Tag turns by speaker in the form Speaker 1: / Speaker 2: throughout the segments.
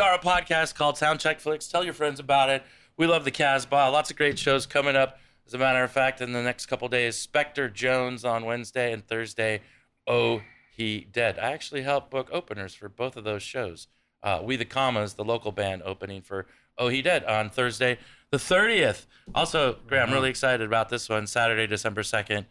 Speaker 1: our podcast called Soundcheck Flicks. Tell your friends about it. We love the Casbah. Lots of great shows coming up. As a matter of fact, in the next couple days, Spectre Jones on Wednesday and Thursday. Oh, he dead. I actually helped book openers for both of those shows. Uh, we the Commas, the local band opening for Oh He Dead on Thursday the 30th. Also, Graham, really excited about this one. Saturday, December 2nd.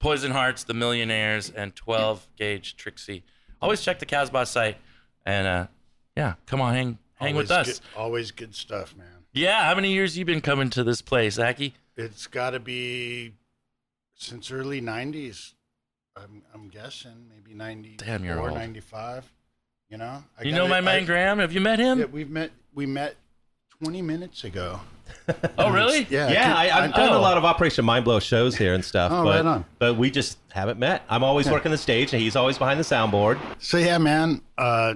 Speaker 1: Poison Hearts, The Millionaires, and 12 Gauge Trixie. Always check the Casbah site. And uh, yeah, come on, hang hang with us.
Speaker 2: Always good- always good stuff, man.
Speaker 1: Yeah, how many years you been coming to this place, Aki?
Speaker 2: It's got to be since early '90s. I'm, I'm guessing maybe '94,
Speaker 1: Damn, you're old.
Speaker 2: '95. You know, I
Speaker 1: You
Speaker 2: got
Speaker 1: know
Speaker 2: it-
Speaker 1: my man
Speaker 2: I-
Speaker 1: Graham? Have you met him?
Speaker 2: Yeah, we've met. We met 20 minutes ago.
Speaker 1: oh, really?
Speaker 2: Yeah,
Speaker 3: Yeah, I, I've done
Speaker 1: Oh.
Speaker 3: a lot of Operation Mind Blow shows here and stuff,
Speaker 2: Oh,
Speaker 3: but
Speaker 2: right on.
Speaker 3: but we just haven't met. I'm always working the stage, and he's always behind the soundboard.
Speaker 2: So yeah, man, uh,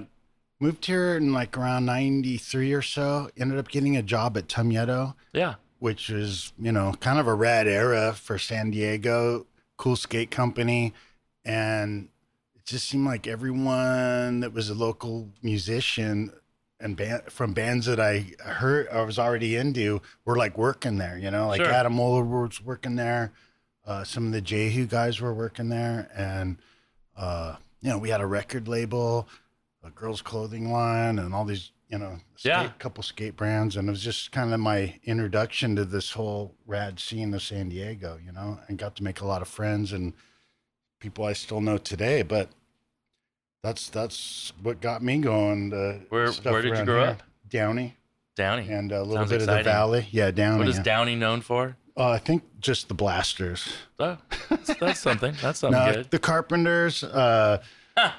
Speaker 2: moved here in like around '93 or so. Ended up getting a job at Tumyeto,
Speaker 1: Yeah.
Speaker 2: which was you know kind of a rad era for San Diego, cool skate company, and it just seemed like everyone that was a local musician and band, from bands that I heard I was already into were like working there. You know, like
Speaker 1: Sure.
Speaker 2: Adam Olerwood's working there. Uh, some of the Jehu guys were working there, and uh, you know, we had a record label, a girls' clothing line, and all these, you know, skate,
Speaker 1: Yeah.
Speaker 2: couple skate brands. And it was just kind of my introduction to this whole rad scene of San Diego, you know, and got to make a lot of friends and people I still know today. But that's that's what got me going. The
Speaker 1: Where-
Speaker 2: stuff
Speaker 1: where did you
Speaker 2: around
Speaker 1: grow
Speaker 2: here.
Speaker 1: up?
Speaker 2: Downey
Speaker 1: Downey.
Speaker 2: and a little
Speaker 1: Sounds
Speaker 2: bit of
Speaker 1: exciting.
Speaker 2: the valley. Yeah, Downey.
Speaker 1: What is
Speaker 2: yeah.
Speaker 1: Downey known for?
Speaker 2: uh, I think just the blasters.
Speaker 1: Oh, that's, that's something. That's something
Speaker 2: no,
Speaker 1: good.
Speaker 2: the Carpenters. Uh,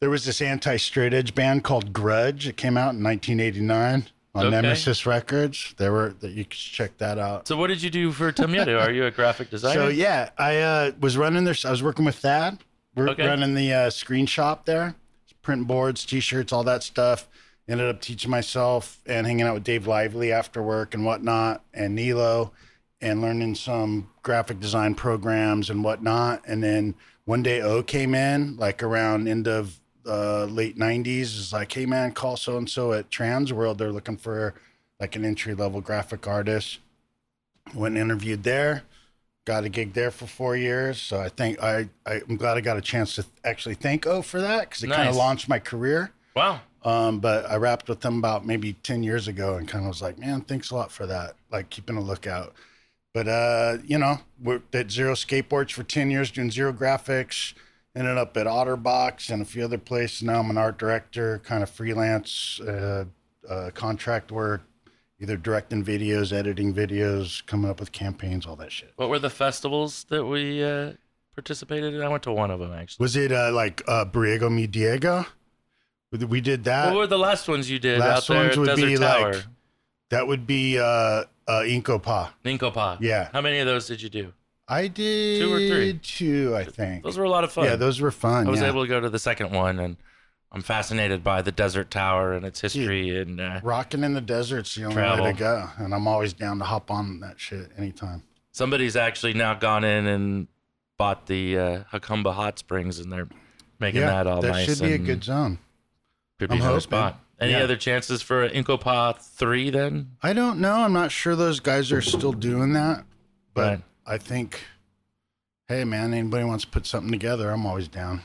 Speaker 2: there was this anti-straight edge band called Grudge. It came out in 1989 on
Speaker 1: Okay.
Speaker 2: Nemesis Records. There were that you could check that out.
Speaker 1: So what did you do for Tomieto? Are you a graphic designer?
Speaker 2: So yeah, I uh, was running this. I was working with Thad. We're
Speaker 1: Okay.
Speaker 2: running the uh, screen shop there, print boards, t-shirts, all that stuff. Ended up teaching myself and hanging out with Dave Lively after work and whatnot, and Nilo, and learning some graphic design programs and whatnot. And then one day O came in, like around end of uh, late '90s, is like, hey man, call so and so at Trans World. They're looking for like an entry level graphic artist. Went and interviewed there got a gig there for four years. So I think I, I I'm glad I got a chance to actually thank O for that because it kind
Speaker 1: Nice.
Speaker 2: of launched my career.
Speaker 1: Wow.
Speaker 2: Um, but I wrapped with them about maybe ten years ago and kind of was like, man, thanks a lot for that. Like keeping a lookout. But uh, you know, worked at Zero Skateboards for ten years doing zero graphics. Ended up at Otterbox and a few other places. Now I'm an art director, kind of freelance uh, uh, contract work, either directing videos, editing videos, coming up with campaigns, all that shit.
Speaker 1: What were the festivals that we uh, participated in? I went to one of them actually.
Speaker 2: Was it uh, like uh, Briego Mi Diego? We did that.
Speaker 1: what were the last ones you did
Speaker 2: last
Speaker 1: out there?
Speaker 2: ones
Speaker 1: at
Speaker 2: would
Speaker 1: Desert
Speaker 2: be
Speaker 1: Tower,
Speaker 2: like that would be uh, uh, Inco Pa.
Speaker 1: Nincopa.
Speaker 2: Yeah.
Speaker 1: How many of those did you do?
Speaker 2: I did
Speaker 1: Two or three?
Speaker 2: Two, I think.
Speaker 1: Those were a lot of fun.
Speaker 2: Yeah, those were fun.
Speaker 1: I was
Speaker 2: yeah.
Speaker 1: able to go to the second one, and I'm fascinated by the Desert Tower and its history. And uh,
Speaker 2: Rocking in the desert's the only
Speaker 1: Travel.
Speaker 2: way to go, and I'm always down to hop on that shit anytime.
Speaker 1: somebody's actually now gone in and bought the uh, Hakumba Hot Springs, and they're making
Speaker 2: yeah,
Speaker 1: that all
Speaker 2: that
Speaker 1: nice.
Speaker 2: should be a
Speaker 1: and
Speaker 2: good zone.
Speaker 1: Could be
Speaker 2: I'm
Speaker 1: another
Speaker 2: hoping.
Speaker 1: spot. Any
Speaker 2: Yeah.
Speaker 1: other chances for Incopa three then?
Speaker 2: I don't know. I'm not sure those guys are still doing that, but
Speaker 1: Right.
Speaker 2: I think, hey man, anybody wants to put something together, I'm always down.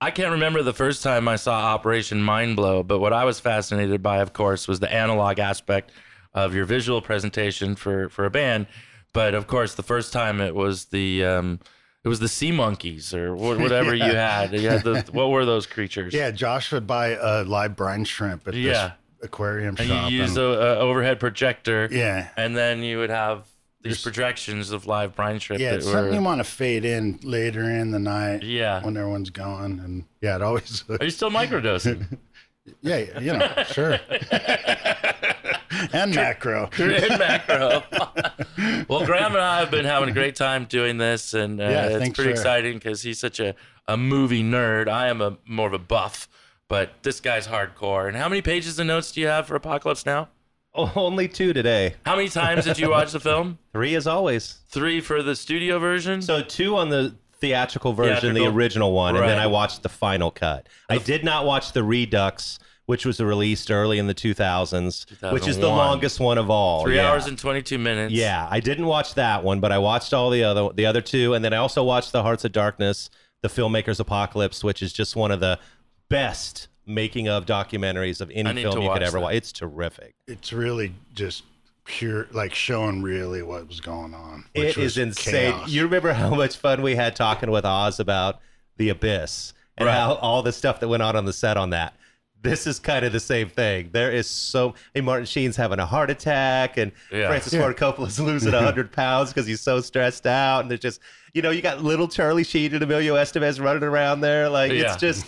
Speaker 1: I can't remember the first time I saw Operation Mind Blow, but what I was fascinated by, of course, was the analog aspect of your visual presentation for for a band. But of course, the first time it was the um, it was the sea monkeys or wh- whatever you had. You had the, what were those creatures?
Speaker 2: Yeah, Josh would buy a live brine shrimp at
Speaker 1: Yeah.
Speaker 2: this aquarium
Speaker 1: and you
Speaker 2: shop.
Speaker 1: used
Speaker 2: and-
Speaker 1: a, a overhead projector.
Speaker 2: yeah.
Speaker 1: and then you would have these projections of live brine shrimp
Speaker 2: Yeah,
Speaker 1: that
Speaker 2: it's
Speaker 1: were
Speaker 2: something you want to fade in later in the night
Speaker 1: yeah.
Speaker 2: when everyone's gone. And yeah, it always,
Speaker 1: Are you still microdosing?
Speaker 2: yeah, yeah, you know, sure. and macro.
Speaker 1: in macro. well, Graham and I have been having a great time doing this, and uh,
Speaker 2: Yeah, I
Speaker 1: it's
Speaker 2: think
Speaker 1: pretty
Speaker 2: so.
Speaker 1: exciting because he's such a, a movie nerd. I am a more of a buff, but this guy's hardcore. And how many pages of notes do you have for Apocalypse Now?
Speaker 3: Oh, only two today.
Speaker 1: How many times did you watch the film?
Speaker 3: Three as always.
Speaker 1: Three for the studio version.
Speaker 3: So two on the theatrical version,
Speaker 1: Theatrical.
Speaker 3: the original one, and
Speaker 1: Right.
Speaker 3: then I watched the final cut. I did not watch the redux, which was released early in the 2000s, which is the
Speaker 1: 2001.
Speaker 3: longest one of all.
Speaker 1: Three
Speaker 3: yeah.
Speaker 1: hours and 22 minutes.
Speaker 3: Yeah, I didn't watch that one, but I watched all the other the other two, and then I also watched The Hearts of Darkness, The Filmmaker's Apocalypse, which is just one of the best making of documentaries of
Speaker 1: I
Speaker 3: any
Speaker 1: need
Speaker 3: film
Speaker 1: to
Speaker 3: you
Speaker 1: watch
Speaker 3: could ever
Speaker 1: that.
Speaker 3: watch. It's terrific.
Speaker 2: It's really just pure, like showing really what was going on.
Speaker 3: It
Speaker 2: which
Speaker 3: is
Speaker 2: was
Speaker 3: insane.
Speaker 2: chaos.
Speaker 3: You remember how much fun we had talking with Oz about the abyss and
Speaker 1: Right.
Speaker 3: how all the stuff that went on on the set on that. This is kind of the same thing. There is so and Martin Sheen's having a heart attack, and
Speaker 1: Yeah.
Speaker 3: Francis
Speaker 2: Yeah.
Speaker 3: Ford Coppola's losing hundred pounds because he's so stressed out. And there's just you know you got little Charlie Sheen and Emilio Estevez running around there like
Speaker 1: Yeah.
Speaker 3: it's just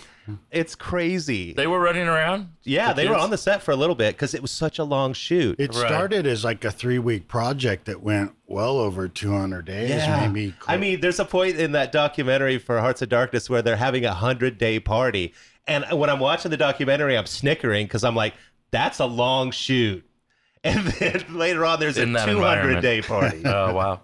Speaker 3: it's crazy.
Speaker 1: They were running around.
Speaker 3: yeah,
Speaker 1: the
Speaker 3: they were
Speaker 1: kids?
Speaker 3: on the set for a little bit because it was such a long shoot.
Speaker 2: It
Speaker 1: Right.
Speaker 2: started as like a three week project that went well over 200 days, maybe.
Speaker 3: I
Speaker 2: close-
Speaker 3: mean, there's a point in that documentary for Hearts of Darkness where they're having a hundred day party, and when I'm watching the documentary, I'm snickering because I'm like, "That's a long shoot." And then later on, there's
Speaker 1: In
Speaker 3: a
Speaker 1: that
Speaker 3: 200 day party.
Speaker 1: Oh wow.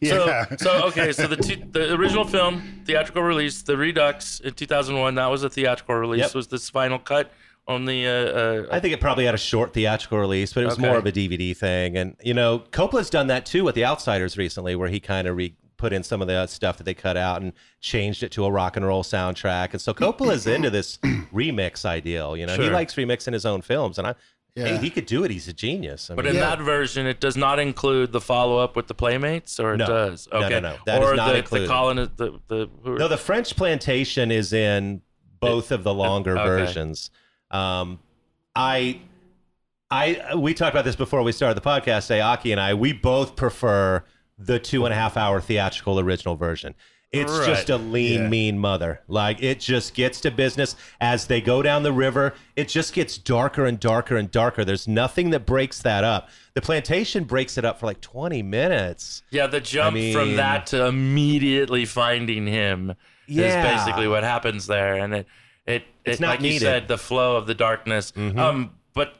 Speaker 2: Yeah.
Speaker 1: So, so okay, so the two, the original film theatrical release, the Redux in 2001, that was a theatrical release.
Speaker 3: Yep.
Speaker 1: Was this final cut on the? Uh, uh,
Speaker 3: I think it probably had a short theatrical release, but it was
Speaker 1: Okay.
Speaker 3: more of a DVD thing. And you know, Coppola's done that too with The Outsiders recently, where he kind of re- put in some of the stuff that they cut out and changed it to a rock and roll soundtrack. And so Coppola's into this remix ideal. You know, he
Speaker 1: Sure.
Speaker 3: likes remixing his own films, and I. hey,
Speaker 2: Yeah.
Speaker 3: he could do it. He's a genius. I
Speaker 1: but
Speaker 3: mean,
Speaker 1: in
Speaker 2: Yeah.
Speaker 1: that version, it does not include the follow up with the Playmates, or it
Speaker 3: No.
Speaker 1: does?
Speaker 3: No, no,
Speaker 1: Okay,
Speaker 3: no. That
Speaker 1: or
Speaker 3: is not
Speaker 1: the, the
Speaker 3: included.
Speaker 1: colon, the the who are-
Speaker 3: no, the French plantation is in both of the longer
Speaker 1: Oh, okay.
Speaker 3: versions. Um, I, I, we talked about this before we started the podcast. Say, Aki and I, we both prefer the two and a half hour theatrical original version. It's
Speaker 1: Right.
Speaker 3: just a lean,
Speaker 2: Yeah.
Speaker 3: mean mother. Like it just gets to business as they go down the river. It just gets darker and darker and darker. There's nothing that breaks that up. The plantation breaks it up for like 20 minutes.
Speaker 1: yeah, the jump
Speaker 3: mean-
Speaker 1: from that to immediately finding him
Speaker 3: Yeah.
Speaker 1: is basically what happens there, and it it,
Speaker 3: It's
Speaker 1: it-
Speaker 3: not
Speaker 1: like you
Speaker 3: needed. Mm-hmm.
Speaker 1: said, the flow of the darkness. Um, but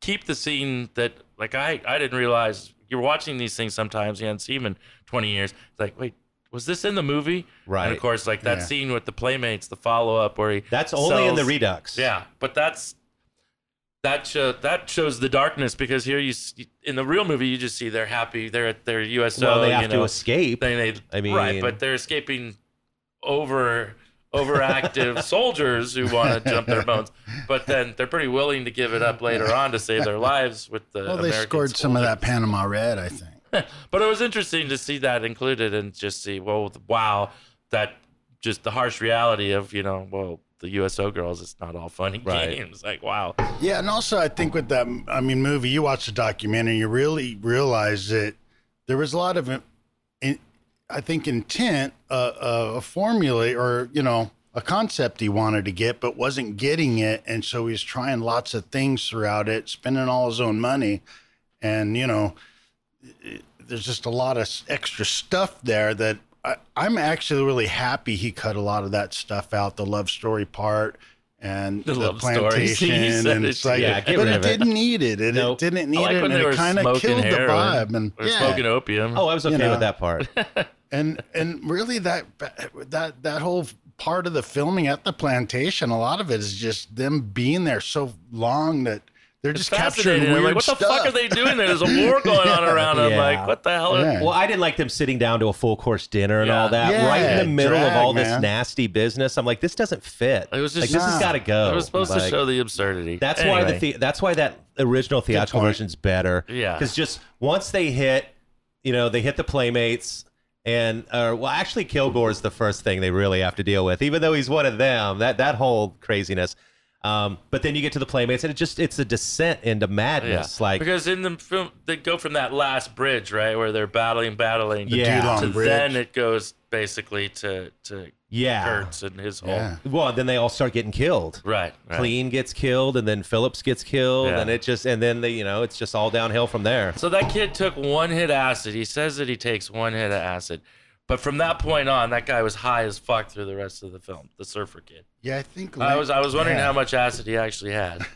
Speaker 1: keep the scene that like I I didn't realize you're watching these things sometimes you haven't seen them in 20 years. It's like wait. Was this in the movie? And
Speaker 3: Right.
Speaker 1: of course, like that
Speaker 2: Yeah.
Speaker 1: scene with the playmates, the follow up where he
Speaker 3: That's only in the
Speaker 1: sells-
Speaker 3: Redux.
Speaker 1: yeah, but that's that show, that shows the darkness because here you s- in the real movie you just see they're happy they're at their USO
Speaker 3: well, they
Speaker 1: you
Speaker 3: have to
Speaker 1: know,
Speaker 3: escape.
Speaker 1: they, they,
Speaker 3: I mean-
Speaker 1: right, but they're escaping over overactive soldiers who want to jump their bones, but then they're pretty willing to give it up later on to save their lives with the.
Speaker 2: well, they
Speaker 1: American
Speaker 2: scored some of
Speaker 1: soldiers.
Speaker 2: that Panama Red, I think.
Speaker 1: But it was interesting to see that included and just see, well, th- wow, that just the harsh reality of, you know, well, the USO girls, it's not all funny
Speaker 3: Right.
Speaker 1: games. Like, wow.
Speaker 2: Yeah, and also I think with that, I mean, movie, you watch the documentary, you really realize that there was a lot of, in, I think, intent, uh, uh, a formula or you know a concept he wanted to get, but wasn't getting it, and so he was trying lots of things throughout it, spending all his own money, and you know, there's just a lot of s- extra stuff there that I, I'm actually really happy he cut a lot of that stuff out, the love story part and
Speaker 1: The
Speaker 2: the,
Speaker 1: love story.
Speaker 2: plantation,
Speaker 1: He said
Speaker 2: and
Speaker 1: it,
Speaker 2: it's like,
Speaker 3: yeah, get
Speaker 2: but
Speaker 3: rid
Speaker 2: it
Speaker 3: of it.
Speaker 2: didn't need it, and
Speaker 3: Nope.
Speaker 2: it didn't need
Speaker 1: I like
Speaker 2: it,
Speaker 1: when
Speaker 2: and
Speaker 1: they were
Speaker 2: it kind of
Speaker 1: smoking
Speaker 2: killed the
Speaker 1: heroin
Speaker 2: vibe, and
Speaker 1: Or
Speaker 2: yeah,
Speaker 1: smoking opium.
Speaker 3: Oh, I was okay
Speaker 2: know.
Speaker 3: with that part.
Speaker 2: and and really that that that whole part of the filming at the plantation, a lot of it is just them being there so long that they're just capturing
Speaker 1: Fascinating. I'm
Speaker 2: weird
Speaker 1: like, what the
Speaker 2: stuff.
Speaker 1: fuck are they doing there? There's a war going on around. I'm
Speaker 3: Yeah.
Speaker 1: like, what the hell? Are,
Speaker 2: Yeah.
Speaker 3: well, I didn't like them sitting down to a full course dinner and all
Speaker 1: Yeah.
Speaker 3: that.
Speaker 2: Yeah,
Speaker 3: right in the middle of
Speaker 2: drag,
Speaker 3: all this
Speaker 2: man.
Speaker 3: nasty business, I'm like, this doesn't fit.
Speaker 1: It was
Speaker 3: like
Speaker 1: just-
Speaker 3: this has
Speaker 2: Nah.
Speaker 3: got to go.
Speaker 1: It was supposed to
Speaker 3: Oh, Like,
Speaker 1: show the absurdity.
Speaker 3: That's why
Speaker 1: Anyway.
Speaker 3: the, the that's why that original theatrical
Speaker 2: point.
Speaker 3: version's better.
Speaker 1: Yeah.
Speaker 3: because just once they hit, you know, they hit the playmates. And uh, well, actually, Kilgore's the first thing they really have to deal with, even though he's one of them. That that whole craziness. Um, but then you get to the playmates, and it just it's a descent into madness. Like
Speaker 1: because in the film they go from that last bridge right where they're battling, battling.
Speaker 3: The Yeah.
Speaker 2: Dulong
Speaker 1: To
Speaker 2: Bridge.
Speaker 1: then it goes basically to to
Speaker 3: yeah,
Speaker 1: Kurtz and his whole
Speaker 2: Yeah.
Speaker 3: Well, then they all start getting killed.
Speaker 1: right, right.
Speaker 3: Clean gets killed, and then Phillips gets killed,
Speaker 1: Yeah.
Speaker 3: and it just and then they you know it's just all downhill from there.
Speaker 1: So that kid took one hit of acid. He says that he takes one hit of acid. But from that point on, that guy was high as fuck through the rest of the film. The surfer kid.
Speaker 2: Yeah, I think
Speaker 1: I was I was wondering
Speaker 2: Yeah.
Speaker 1: how much acid he actually had.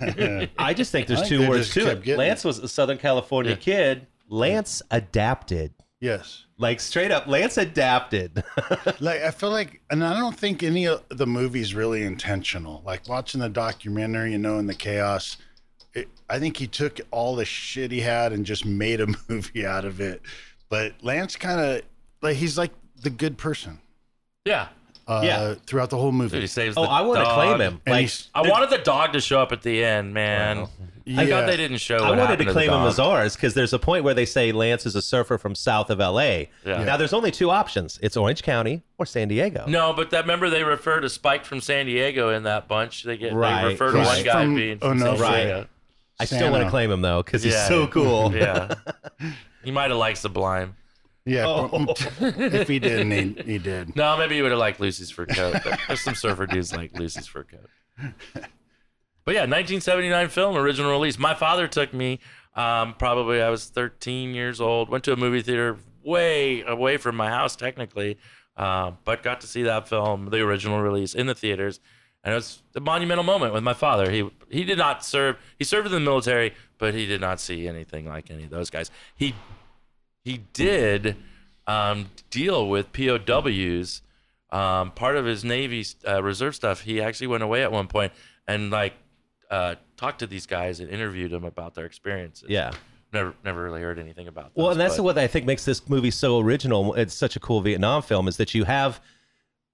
Speaker 3: I just think there's
Speaker 2: I think
Speaker 3: two
Speaker 2: they
Speaker 3: words
Speaker 2: just
Speaker 3: to
Speaker 2: kept
Speaker 3: it.
Speaker 2: getting
Speaker 3: Lance was a Southern California
Speaker 1: Yeah.
Speaker 3: kid. Lance adapted.
Speaker 2: Yes.
Speaker 3: Like straight up, Lance adapted.
Speaker 2: Like I feel like, and I don't think any of the movies really intentional. Like watching the documentary, you know, in the chaos, it, I think he took all the shit he had and just made a movie out of it. But Lance kind of like he's like the good person
Speaker 1: Yeah.
Speaker 2: uh,
Speaker 3: Yeah.
Speaker 2: throughout the whole movie.
Speaker 1: Dude, he saves
Speaker 3: oh,
Speaker 1: the
Speaker 3: I want to
Speaker 1: dog.
Speaker 3: claim him.
Speaker 2: And
Speaker 3: Like
Speaker 2: he's-
Speaker 1: I wanted the dog to show up at the end, man. I
Speaker 2: Yeah.
Speaker 1: thought they didn't show.
Speaker 3: I
Speaker 1: what
Speaker 3: wanted
Speaker 1: happened
Speaker 3: to
Speaker 1: the
Speaker 3: claim him
Speaker 1: dog.
Speaker 3: as ours because there's a point where they say Lance is a surfer from south of LA.
Speaker 1: Yeah.
Speaker 3: Now there's only two options: it's Orange County or San Diego.
Speaker 1: No, but that remember they refer to Spike from San Diego in that bunch. They get
Speaker 3: Right,
Speaker 1: they refer to
Speaker 3: right.
Speaker 1: one guy
Speaker 2: From
Speaker 1: being from San
Speaker 2: Onofre.
Speaker 3: Right.
Speaker 1: Diego.
Speaker 3: I still want to
Speaker 2: Santa.
Speaker 3: claim him though because
Speaker 1: Yeah.
Speaker 3: he's so cool.
Speaker 1: Yeah. he might have liked Sublime.
Speaker 2: Yeah,
Speaker 3: Oh.
Speaker 2: if he didn't, he, he did.
Speaker 1: No, maybe he would have liked Lucy's fur coat. But there's some surfer dudes like Lucy's fur coat. But yeah, 1979 film, original release. My father took me. Um, probably I was 13 years old. Went to a movie theater way away from my house, technically, uh, but got to see that film, the original release, in the theaters, and it was a monumental moment with my father. He he did not serve. He served in the military, but he did not see anything like any of those guys. He he did um, deal with POWs. Um, part of his Navy uh, reserve stuff, he actually went away at one point and like uh, talked to these guys and interviewed them about their experiences.
Speaker 3: Yeah.
Speaker 1: never never really heard anything about.
Speaker 3: Well,
Speaker 1: those,
Speaker 3: and that's
Speaker 1: but-
Speaker 3: what I think makes this movie so original. It's such a cool Vietnam film is that you have,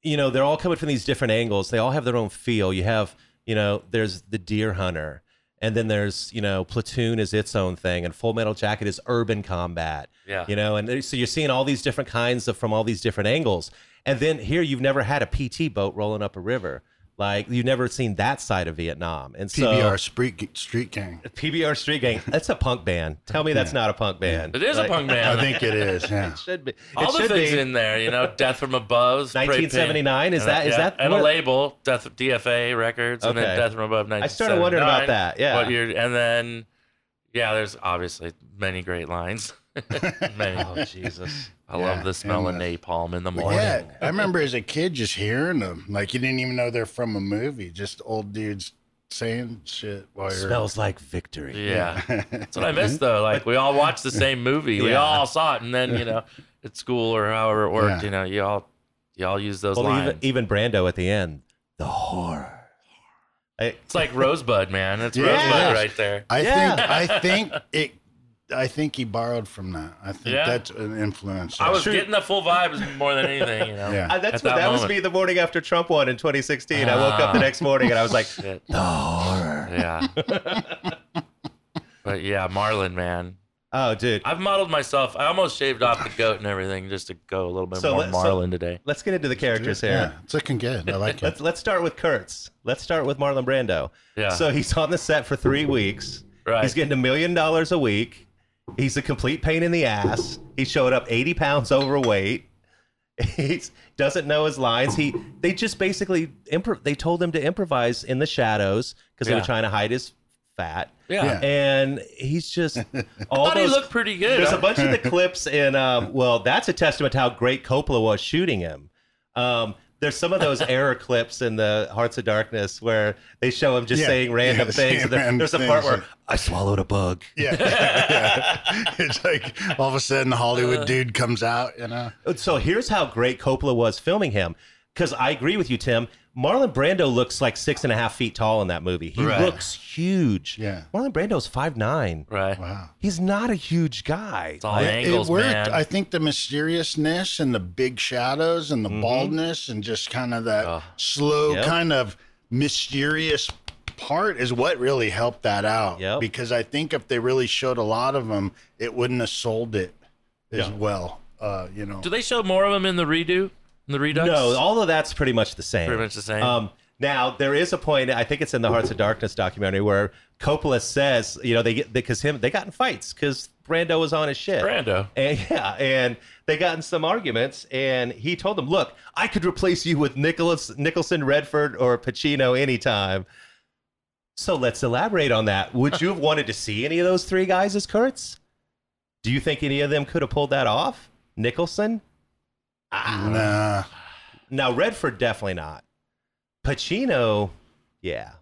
Speaker 3: you know, they're all coming from these different angles. They all have their own feel. You have, you know, there's the deer hunter, and then there's, you know, platoon is its own thing, and Full Metal Jacket is urban combat.
Speaker 1: Yeah.
Speaker 3: You know, and there- so you're seeing all these different kinds of from all these different angles, and then here you've never had a PT boat rolling up a river. Like you've never seen that side of Vietnam, and so
Speaker 2: PBR street street gang.
Speaker 3: PBR Street Gang. That's a punk band. Tell me that's not a punk band.
Speaker 1: it is
Speaker 3: Like-
Speaker 1: a punk
Speaker 2: I
Speaker 1: band.
Speaker 2: think it is. Yeah.
Speaker 3: should be.
Speaker 1: all
Speaker 3: it
Speaker 1: the
Speaker 3: should
Speaker 1: things
Speaker 3: be.
Speaker 1: in there, you know, Death from Above, Spray Paint.
Speaker 3: 1979, is
Speaker 1: And a-
Speaker 3: that- is
Speaker 1: yeah,
Speaker 3: that
Speaker 1: and
Speaker 3: what-
Speaker 1: a label, Death DFA Records, and
Speaker 3: Okay.
Speaker 1: then Death from Above. 1979.
Speaker 3: started wondering about that, yeah.
Speaker 1: what year? And then, yeah, there's obviously many great lines. many.
Speaker 3: Oh Jesus!
Speaker 1: I
Speaker 2: Yeah,
Speaker 1: love the smell of
Speaker 2: and, uh,
Speaker 1: napalm in the morning.
Speaker 2: Yeah, I remember as a kid just hearing them. Like you didn't even know they're from a movie. Just old dudes saying shit while you're.
Speaker 3: Smells like victory.
Speaker 1: Yeah. That's what I miss though. Like we all watched the same movie. We
Speaker 3: Yeah.
Speaker 1: all saw it and then, you know, at school or however it worked,
Speaker 2: Yeah.
Speaker 1: you know, you all you all use those
Speaker 3: Well,
Speaker 1: lines.
Speaker 3: even, even Brando at the end, the horror. I,
Speaker 1: it's like Rosebud, man. It's
Speaker 2: Yeah.
Speaker 1: Rosebud right there.
Speaker 2: I
Speaker 3: Yeah.
Speaker 2: think I think it. I think he borrowed from that. I think
Speaker 1: Yeah.
Speaker 2: that's an influence.
Speaker 1: I was getting the full vibes more than anything, you know.
Speaker 2: Yeah.
Speaker 3: I-
Speaker 1: At
Speaker 3: that's what,
Speaker 1: that
Speaker 3: that was
Speaker 1: moment.
Speaker 3: me the morning after Trump won in 2016. I woke up the
Speaker 1: Ah.
Speaker 3: next morning and I was like,
Speaker 1: Shit.
Speaker 3: the horror.
Speaker 1: Yeah. but yeah, Marlin, man.
Speaker 3: Oh, dude.
Speaker 1: I've modeled myself. I almost shaved off the goat and everything just to go a little bit
Speaker 3: So
Speaker 1: more
Speaker 3: let- so-
Speaker 1: Marlin today.
Speaker 3: Let's get into the characters here.
Speaker 2: Yeah, it's looking good. I like it.
Speaker 3: Let's let's start with Kurtz. Let's start with Marlon Brando.
Speaker 1: Yeah.
Speaker 3: So he's on the set for three weeks.
Speaker 1: Right.
Speaker 3: He's getting a million dollars a week. He's a complete pain in the ass. He showed up 80 pounds overweight. He doesn't know his lines. He they just basically improv. They told him to improvise in the shadows because they
Speaker 1: Yeah.
Speaker 3: were trying to hide his fat.
Speaker 1: Yeah.
Speaker 2: Yeah.
Speaker 3: And he's just all
Speaker 1: I thought he
Speaker 3: those-
Speaker 1: looked pretty good.
Speaker 3: there's a bunch of the clips in. Um, well, that's a testament to how great Coppola was shooting him. Um, there's some of those error clips in the Hearts of Darkness where they show him just
Speaker 2: Yeah.
Speaker 3: saying random
Speaker 2: Yeah,
Speaker 3: things.
Speaker 2: saying
Speaker 3: There-
Speaker 2: random
Speaker 3: there's a part
Speaker 2: things.
Speaker 3: where I swallowed a bug.
Speaker 2: Yeah, yeah. It's like all of a sudden the Hollywood
Speaker 1: Uh.
Speaker 2: dude comes out. You know.
Speaker 3: So here's how great Coppola was filming him. Because I agree with you, Tim. Marlon Brando looks like six and a half feet tall in that movie. He
Speaker 1: Right.
Speaker 3: looks huge.
Speaker 2: Yeah.
Speaker 3: Marlon Brando's five nine.
Speaker 1: right.
Speaker 2: Wow.
Speaker 3: He's not a huge guy.
Speaker 1: It's all
Speaker 2: It-
Speaker 1: angles,
Speaker 2: it worked.
Speaker 1: man.
Speaker 2: I think the mysteriousness and the big shadows and the baldness and just kind of that
Speaker 1: Oh.
Speaker 2: slow,
Speaker 3: Mm-hmm. Uh, Yep.
Speaker 2: kind of mysterious part is what really helped that out.
Speaker 3: Yep.
Speaker 2: Because I think if they really showed a lot of them, it wouldn't have sold it as well. Uh, you know.
Speaker 1: Do they show more of them in the redo? In the redux?
Speaker 3: No, all of that's pretty much the same.
Speaker 1: Pretty much the same.
Speaker 3: Um, now there is a point. I think it's in the Hearts of Darkness documentary where Coppola says, you know, they get because him they got in fights because Brando was on his shit.
Speaker 1: Brando.
Speaker 3: And yeah, and they got in some arguments, and he told them, "Look, I could replace you with Nicholas Nicholson, Redford, or Pacino anytime." So let's elaborate on that. Would you have wanted to see any of those three guys as Kurtz? Do you think any of them could have pulled that off? Nicholson?
Speaker 2: Nah.
Speaker 3: Ah. Now Redford definitely not. Pacino, yeah.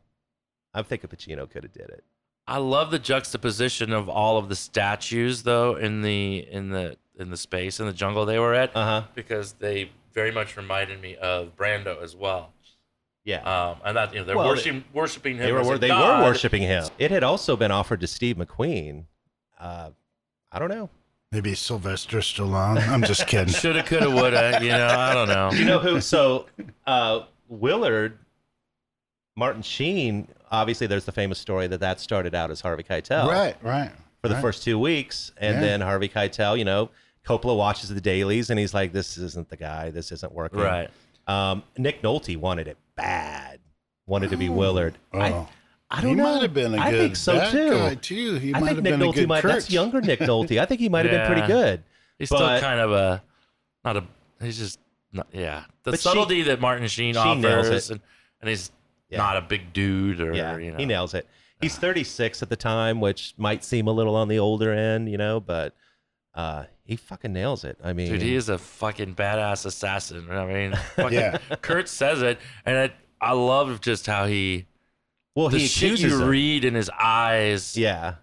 Speaker 3: I'm thinking Pacino could have did it.
Speaker 1: I love the juxtaposition of all of the statues though in the in the in the space in the jungle they were at
Speaker 3: Uh huh.
Speaker 1: because they very much reminded me of Brando as well.
Speaker 3: Yeah.
Speaker 1: Um, and that you know they're
Speaker 3: Well,
Speaker 1: worshiping worshiping him.
Speaker 3: they
Speaker 1: as a
Speaker 3: were they
Speaker 1: god.
Speaker 3: were worshiping him. It had also been offered to Steve McQueen. Uh, I don't know.
Speaker 2: Maybe Sylvester Stallone. I'm just kidding.
Speaker 1: Shoulda, coulda, woulda. You know, I don't know.
Speaker 3: You know who? So uh, Willard, Martin Sheen. Obviously, there's the famous story that that started out as Harvey Keitel
Speaker 2: Right, right.
Speaker 3: for the
Speaker 2: right.
Speaker 3: first two weeks, and
Speaker 2: Yeah.
Speaker 3: then Harvey Keitel. You know, Coppola watches the dailies, and he's like, "This isn't the guy. This isn't working."
Speaker 1: Right.
Speaker 3: Um, Nick Nolte wanted it bad. Wanted to be Willard. I,
Speaker 2: Oh.
Speaker 3: I
Speaker 2: he
Speaker 3: don't know.
Speaker 2: might have been a
Speaker 3: I
Speaker 2: good
Speaker 3: think so
Speaker 2: bad
Speaker 3: too.
Speaker 2: guy too. He might
Speaker 3: I think
Speaker 2: have
Speaker 3: Nick
Speaker 2: been a
Speaker 3: Nolte
Speaker 2: good
Speaker 3: might.
Speaker 2: Kurtz.
Speaker 3: That's younger Nick Nolte. I think he might have been
Speaker 1: Yeah.
Speaker 3: pretty good.
Speaker 1: He's
Speaker 3: But-
Speaker 1: still kind of a not a. He's just not, yeah. The
Speaker 3: But she-
Speaker 1: subtlety that Martin Sheen
Speaker 3: she nails
Speaker 1: offers,
Speaker 3: it.
Speaker 1: and, and he's
Speaker 3: Yeah.
Speaker 1: not a big dude, or
Speaker 3: yeah,
Speaker 1: you know,
Speaker 3: he nails it. He's 36 at the time, which might seem a little on the older end, you know, but uh, he fucking nails it. I mean,
Speaker 1: dude, he is a fucking badass assassin. I mean, fucking
Speaker 2: Yeah.
Speaker 1: Kurt says it, and it, I love just how he
Speaker 3: well,
Speaker 1: the
Speaker 3: he
Speaker 1: shit
Speaker 3: accuses
Speaker 1: you
Speaker 3: him.
Speaker 1: read in his eyes,
Speaker 3: Yeah,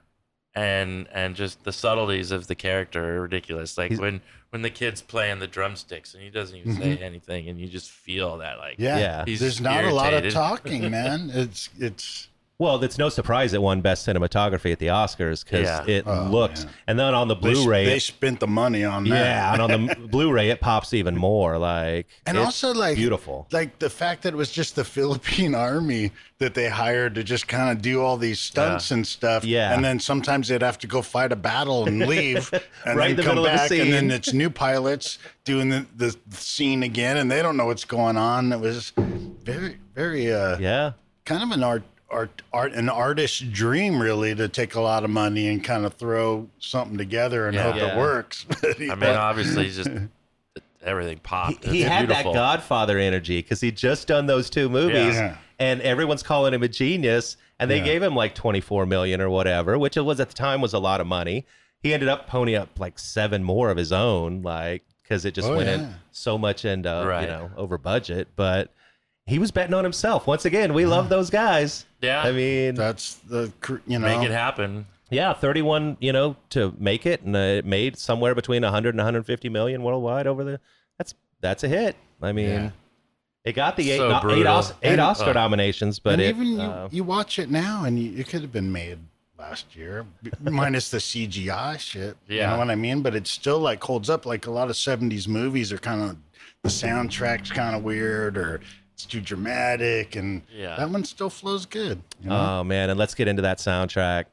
Speaker 1: and and just the subtleties of the character are ridiculous. Like
Speaker 3: He's- Mm-hmm.
Speaker 1: when when the kid's playing the drumsticks and he doesn't even say anything, and you just feel that like
Speaker 2: Yeah.
Speaker 3: Yeah.
Speaker 1: he's
Speaker 2: There's not a lot of
Speaker 1: irritated.
Speaker 2: talking, man. It's it's
Speaker 3: Well, it's no surprise it won best cinematography at the Oscars because
Speaker 1: Yeah.
Speaker 3: it
Speaker 2: Oh,
Speaker 3: looks,
Speaker 2: man.
Speaker 3: and then on the
Speaker 2: they s-
Speaker 3: Blu-ray,
Speaker 2: They,
Speaker 3: it-
Speaker 2: spent the money on that.
Speaker 3: yeah, and on the Blu-ray it pops even more. Like,
Speaker 2: And
Speaker 3: it's
Speaker 2: also like
Speaker 3: beautiful.
Speaker 2: like the fact that it was just the Philippine army that they hired to just kind of do all these stunts and stuff.
Speaker 3: Yeah.
Speaker 2: And then sometimes they'd have to go fight a battle and leave and
Speaker 3: Right
Speaker 2: then
Speaker 3: in the
Speaker 2: come
Speaker 3: middle of the
Speaker 2: back and then
Speaker 3: scene.
Speaker 2: it's new pilots doing the, the scene again and they don't know what's going on. It was very very uh
Speaker 3: yeah,
Speaker 2: kind of an art art art an artist's dream really to take a lot of money and kind of throw something together and
Speaker 1: Yeah.
Speaker 2: hope
Speaker 3: Yeah.
Speaker 2: it works.
Speaker 1: I mean, obviously, he's just everything popped.
Speaker 3: he
Speaker 1: It's
Speaker 3: had
Speaker 1: beautiful.
Speaker 3: that Godfather energy because he'd just done those two movies,
Speaker 2: Yeah.
Speaker 3: and everyone's calling him a genius. And they
Speaker 2: Yeah.
Speaker 3: gave him like twenty four million or whatever, which it was at the time was a lot of money. He ended up pony up like seven more of his own, like because it just
Speaker 2: Oh,
Speaker 3: went
Speaker 2: yeah.
Speaker 3: in so much and uh,
Speaker 1: Right.
Speaker 3: you know over budget. But he was betting on himself once again. We love those guys.
Speaker 1: Yeah.
Speaker 3: I mean,
Speaker 2: That's the cr- you know
Speaker 1: Make it happen.
Speaker 3: yeah, thirty one, you know, to make it, and uh, it made somewhere between hundred and hundred fifty million worldwide over the. That's that's a hit. I mean.
Speaker 2: Yeah.
Speaker 3: It got the eight,
Speaker 1: So
Speaker 3: no- eight,
Speaker 1: brutal.
Speaker 3: Os- eight
Speaker 2: And-
Speaker 3: Oscar
Speaker 1: uh,
Speaker 3: nominations, but
Speaker 2: and
Speaker 3: it,
Speaker 2: even you,
Speaker 3: uh,
Speaker 2: you watch it now, and you, it could have been made last year, b- minus the CGI shit. you
Speaker 1: Yeah.
Speaker 2: know what I mean. But it still like holds up. Like a lot of '70s movies are kind of the soundtrack's kind of weird or it's too dramatic, and
Speaker 1: Yeah.
Speaker 2: that one still flows good. You know?
Speaker 3: oh man, and let's get into that soundtrack.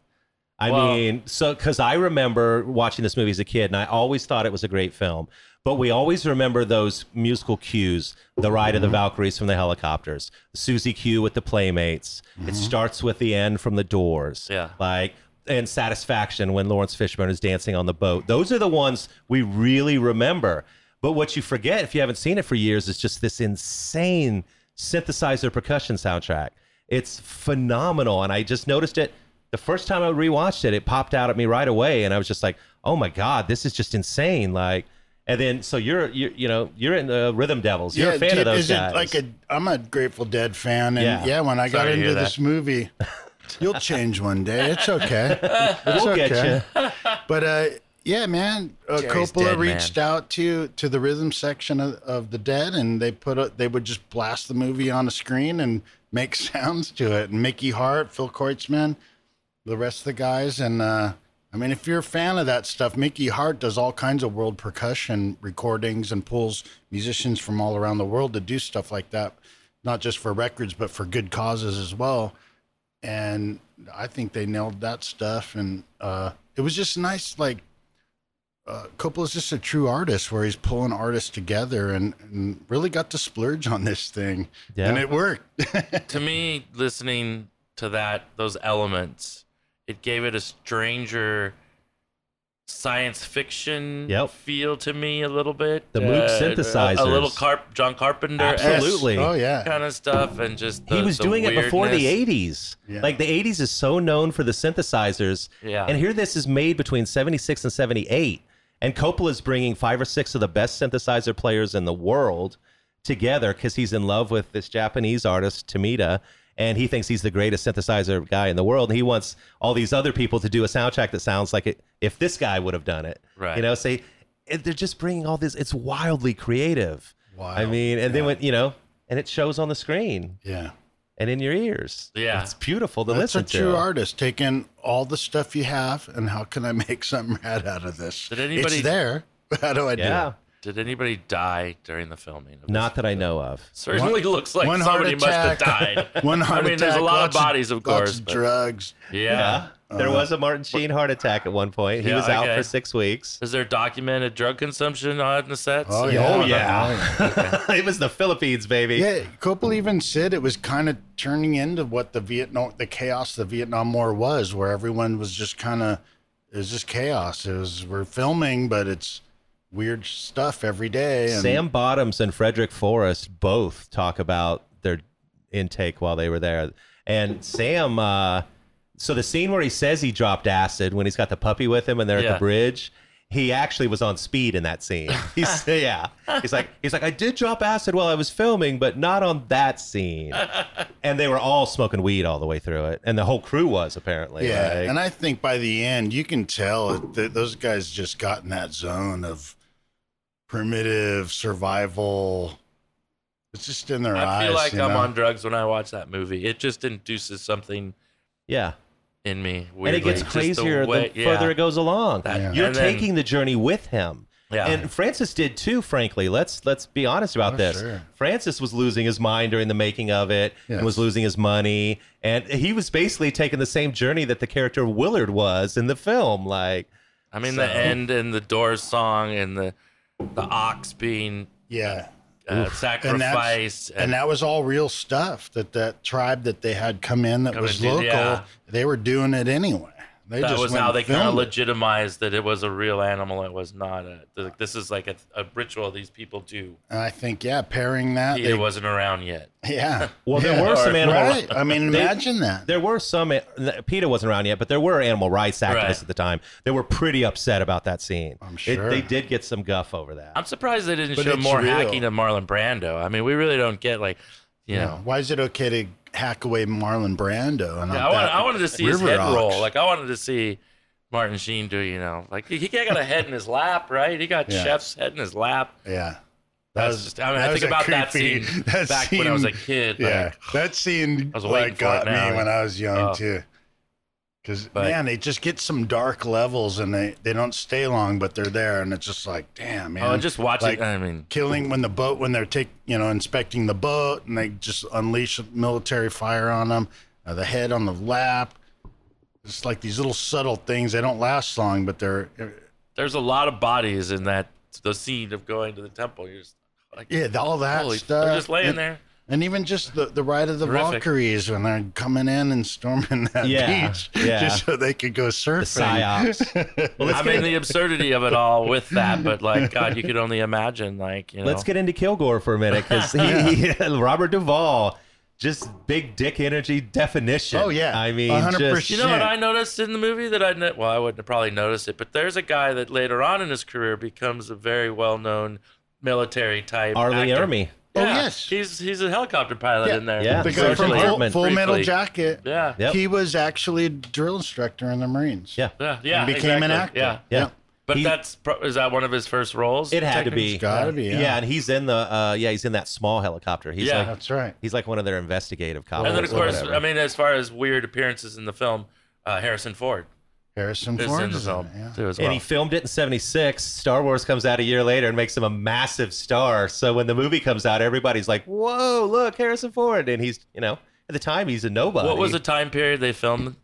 Speaker 3: I
Speaker 1: Well-
Speaker 3: mean, so because I remember watching this movie as a kid, and I always thought it was a great film. But we always remember those musical cues: the ride of
Speaker 2: Mm-hmm.
Speaker 3: the Valkyries from the helicopters, Susie Q with the Playmates.
Speaker 2: Mm-hmm.
Speaker 3: It starts with the end from the Doors.
Speaker 1: Yeah.
Speaker 3: like and satisfaction when Lawrence Fishburne is dancing on the boat. Those are the ones we really remember. But what you forget if you haven't seen it for years is just this insane synthesizer percussion soundtrack. It's phenomenal, and I just noticed it the first time I rewatched it. It popped out at me right away, and I was just like, "Oh my god, this is just insane!" Like, and then so you're you you know you're in the Rhythm Devils. You're a fan of
Speaker 2: dude,
Speaker 3: those
Speaker 2: is
Speaker 3: guys.
Speaker 2: It like a, I'm a Grateful Dead fan, and
Speaker 3: Yeah.
Speaker 2: yeah, when I got
Speaker 1: Sorry to
Speaker 2: into
Speaker 1: hear
Speaker 2: this movie, you'll change one day. It's okay. It's
Speaker 3: We'll get
Speaker 2: okay. But uh, yeah, man, uh,
Speaker 1: Jerry's
Speaker 2: Coppola
Speaker 1: dead, man.
Speaker 2: reached out to to the rhythm section of, of the Dead, and they put a, they would just blast the movie on a screen and make sounds to it. And Mickey Hart, Phil Kreutzmann, the rest of the guys, and. uh I mean, if you're a fan of that stuff, Mickey Hart does all kinds of world percussion recordings and pulls musicians from all around the world to do stuff like that, not just for records, but for good causes as well. And I think they nailed that stuff. And uh, it was just nice. Like, uh, Coppola's just a true artist where he's pulling artists together and, and really got to splurge on this thing.
Speaker 3: Yeah.
Speaker 2: And it worked.
Speaker 1: To me, listening to that, those elements, it gave it a stranger science fiction
Speaker 3: Yep.
Speaker 1: feel to me a little bit. Uh,
Speaker 3: The Moog
Speaker 1: a, a little
Speaker 3: synthesizers.
Speaker 1: carp, John Carpenter
Speaker 3: Absolutely.
Speaker 2: Oh, yeah.
Speaker 1: kind of stuff, and just the,
Speaker 3: he was
Speaker 1: the
Speaker 3: doing it before the
Speaker 1: weirdness.
Speaker 3: 80s
Speaker 2: Yeah.
Speaker 3: like the 80s is so known for the synthesizers
Speaker 1: Yeah.
Speaker 3: and here this is made between 76 and 78 and coppola's bringing five or six of the best synthesizer players in the world together because he's in love with this japanese artist tamita and he thinks he's the greatest synthesizer guy in the world and he wants all these other people to do a soundtrack that sounds like it if this guy would have done it
Speaker 1: Right.
Speaker 3: you know say it, they're just bringing all this. It's wildly creative.
Speaker 2: Wow.
Speaker 3: I mean, and then when you know, and it shows on the screen
Speaker 2: yeah.
Speaker 3: and in your ears.
Speaker 1: Yeah.
Speaker 3: it's beautiful to
Speaker 2: That's a
Speaker 3: listen
Speaker 2: true
Speaker 3: to.
Speaker 2: artist taking all the stuff you have and how can I make something rad out of this?
Speaker 1: Did anybody-
Speaker 2: It's there. but How do I do
Speaker 3: yeah,
Speaker 2: it?
Speaker 1: Did anybody die during the filming? Of
Speaker 3: not
Speaker 1: this?
Speaker 3: that I know of.
Speaker 1: Certainly looks like
Speaker 2: one heart
Speaker 1: somebody must have died.
Speaker 2: attack. One
Speaker 1: I
Speaker 2: heart
Speaker 1: mean, there's a
Speaker 2: attack,
Speaker 1: lot of
Speaker 2: lots
Speaker 1: bodies, of course.
Speaker 2: Lots of
Speaker 1: but-
Speaker 2: drugs.
Speaker 1: yeah. Uh-huh.
Speaker 3: there was a Martin Sheen heart attack at one point. He
Speaker 1: Yeah,
Speaker 3: was out
Speaker 1: okay.
Speaker 3: for six weeks.
Speaker 1: Is there documented drug consumption on the sets?
Speaker 2: Oh, yeah.
Speaker 3: Oh
Speaker 2: yeah.
Speaker 3: yeah, it was the Philippines, baby.
Speaker 2: Yeah, Coppola even said it was kind of turning into what the Vietnam, the chaos of the Vietnam War was, where everyone was just kind of, it was just chaos. It was we're filming, but it's weird stuff every day. And
Speaker 3: Sam Bottoms and Frederick Forrest both talk about their intake while they were there. And Sam, uh, so the scene where he says he dropped acid when he's got the puppy with him and they're at
Speaker 1: Yeah.
Speaker 3: the bridge, he actually was on speed in that scene. He's yeah, he's like he's like I did drop acid while I was filming, but not on that scene. And they were all smoking weed all the way through it, and the whole crew was apparently.
Speaker 2: yeah,
Speaker 3: like-
Speaker 2: and I think by the end you can tell that those guys just got in that zone of primitive survival. It's just in their eyes.
Speaker 1: I feel like
Speaker 2: you
Speaker 1: I'm
Speaker 2: know?
Speaker 1: on drugs when I watch that movie. It just induces something
Speaker 3: yeah.
Speaker 1: in me.
Speaker 3: and
Speaker 1: Weirdly.
Speaker 3: it gets
Speaker 1: Just the
Speaker 3: crazier the,
Speaker 1: way- yeah.
Speaker 3: further it goes along.
Speaker 1: That-
Speaker 3: You're
Speaker 1: and then-
Speaker 3: taking the journey with him,
Speaker 1: Yeah.
Speaker 3: and Francis did too. Frankly, let's let's be honest about
Speaker 2: Oh,
Speaker 3: this.
Speaker 2: sure.
Speaker 3: Francis was losing his mind during the making of it,
Speaker 2: Yes.
Speaker 3: and was losing his money, and he was basically taking the same journey that the character Willard was in the film. Like,
Speaker 1: I mean,
Speaker 3: So-
Speaker 1: the end and the Doors song and the the ox being
Speaker 2: yeah.
Speaker 1: uh,
Speaker 2: and that's
Speaker 1: sacrificed.
Speaker 2: and that was all real stuff that that tribe that they had come in that
Speaker 1: Come
Speaker 2: was
Speaker 1: and did-
Speaker 2: local
Speaker 1: yeah.
Speaker 2: they were doing it anyway they
Speaker 1: that
Speaker 2: just
Speaker 1: was
Speaker 2: went
Speaker 1: how
Speaker 2: and
Speaker 1: they kind of
Speaker 2: filmed it.
Speaker 1: legitimized that it was a real animal. It was not a. th- This is like a, a ritual these people do.
Speaker 2: and i think yeah pairing that
Speaker 1: It
Speaker 2: they-
Speaker 1: wasn't around yet.
Speaker 2: yeah
Speaker 3: well,
Speaker 2: Yeah.
Speaker 3: there were some animal.
Speaker 2: right i mean
Speaker 3: They-
Speaker 2: imagine that
Speaker 3: There were some. eh, PETA wasn't around yet, but there were animal rights activists
Speaker 1: Right.
Speaker 3: at the time. They were pretty upset about that scene.
Speaker 2: I'm
Speaker 3: It-
Speaker 2: sure.
Speaker 3: they did get some guff over that.
Speaker 1: I'm surprised they didn't
Speaker 2: But
Speaker 1: show
Speaker 2: it's
Speaker 1: more
Speaker 2: real.
Speaker 1: hacking of Marlon Brando. I mean, we really don't get like, you
Speaker 2: Yeah.
Speaker 1: know.
Speaker 2: why is it okay to hack away marlon brando and
Speaker 1: Yeah,
Speaker 2: not
Speaker 1: I, wanted,
Speaker 2: that-
Speaker 1: I wanted to see his
Speaker 2: River
Speaker 1: head
Speaker 2: Ox.
Speaker 1: roll. Like I wanted to see Martin Sheen do. You know, like he, he got a head in his lap, right? He got
Speaker 2: Yeah.
Speaker 1: Chef's head in his lap.
Speaker 2: yeah
Speaker 1: That was just. I mean,
Speaker 2: that
Speaker 1: I
Speaker 2: was
Speaker 1: think
Speaker 2: a
Speaker 1: about that
Speaker 2: creepy-
Speaker 1: scene back when I was a
Speaker 2: scene-
Speaker 1: kid.
Speaker 2: Yeah,
Speaker 1: Like,
Speaker 2: that scene
Speaker 1: I was waiting
Speaker 2: like
Speaker 1: for it
Speaker 2: got me
Speaker 1: now.
Speaker 2: when I was young
Speaker 1: Oh.
Speaker 2: too. Because
Speaker 1: But-
Speaker 2: man, they just get some dark levels and they they don't stay long, but they're there, and it's just like, damn, man.
Speaker 1: oh, just watching.
Speaker 2: Like,
Speaker 1: I mean,
Speaker 2: killing when the boat when they're take you know inspecting the boat and they just unleash military fire on them, uh, the head on the lap. It's like these little subtle things. They don't last long, but they're
Speaker 1: there's a lot of bodies in that the scene of going to the temple. You're just like,
Speaker 2: yeah, all that
Speaker 1: holy,
Speaker 2: stuff.
Speaker 1: they're just laying
Speaker 2: And-
Speaker 1: there.
Speaker 2: And even just the, the ride of the
Speaker 1: Terrific.
Speaker 2: Valkyries when they're coming in and storming that
Speaker 3: Yeah,
Speaker 2: beach
Speaker 3: yeah.
Speaker 2: just so they could go
Speaker 3: the
Speaker 2: surfing.
Speaker 3: psyops. Well, let's
Speaker 1: I
Speaker 3: get
Speaker 1: mean,
Speaker 3: into-
Speaker 1: the absurdity of it all with that, but like, God, you could only imagine, like, you know.
Speaker 3: Let's get into Kilgore for a minute because he, he- Robert Duvall, just big dick energy definition.
Speaker 2: Oh, yeah.
Speaker 3: I mean,
Speaker 2: 100%.
Speaker 3: just-
Speaker 1: You know what
Speaker 2: Shit.
Speaker 1: I noticed in the movie that I kn- well I wouldn't have probably noticed it, but there's a guy that later on in his career becomes a very well-known military type.
Speaker 3: Arlie
Speaker 1: actor.
Speaker 3: Ermy.
Speaker 2: Oh,
Speaker 1: Yeah,
Speaker 2: yes.
Speaker 1: He's he's a helicopter pilot
Speaker 2: Yeah.
Speaker 1: in there.
Speaker 3: Yeah.
Speaker 2: The guy
Speaker 1: Briefly.
Speaker 2: from Full,
Speaker 3: Department.
Speaker 2: Full Metal
Speaker 1: Briefly.
Speaker 2: Jacket,
Speaker 1: Yeah.
Speaker 3: Yep.
Speaker 2: he was actually a drill instructor in the Marines.
Speaker 3: Yeah.
Speaker 1: Yeah. Yeah.
Speaker 2: And became an
Speaker 1: exactly.
Speaker 2: actor.
Speaker 1: Yeah.
Speaker 3: Yeah.
Speaker 2: Yep.
Speaker 1: But
Speaker 3: He-
Speaker 1: that's pro- is that one of his first roles?
Speaker 3: It had to
Speaker 1: technically?
Speaker 3: be.
Speaker 2: Gotta be. Yeah.
Speaker 3: Yeah, and he's in the uh, yeah, he's in that small helicopter. He's
Speaker 1: Yeah.
Speaker 3: like
Speaker 2: That's right.
Speaker 3: he's like one of their investigative cops.
Speaker 1: And then of
Speaker 3: or
Speaker 1: course,
Speaker 3: whatever.
Speaker 1: I mean, as far as weird appearances in the film, uh, Harrison Ford
Speaker 2: Harrison
Speaker 1: is
Speaker 2: Ford
Speaker 1: in the
Speaker 2: is in
Speaker 1: film
Speaker 2: it, yeah.
Speaker 1: too as well.
Speaker 3: and he filmed it in 76 star wars comes out a year later and makes him a massive star so when the movie comes out everybody's like whoa look harrison ford and he's you know at the time he's a nobody
Speaker 1: what was the time period they filmed?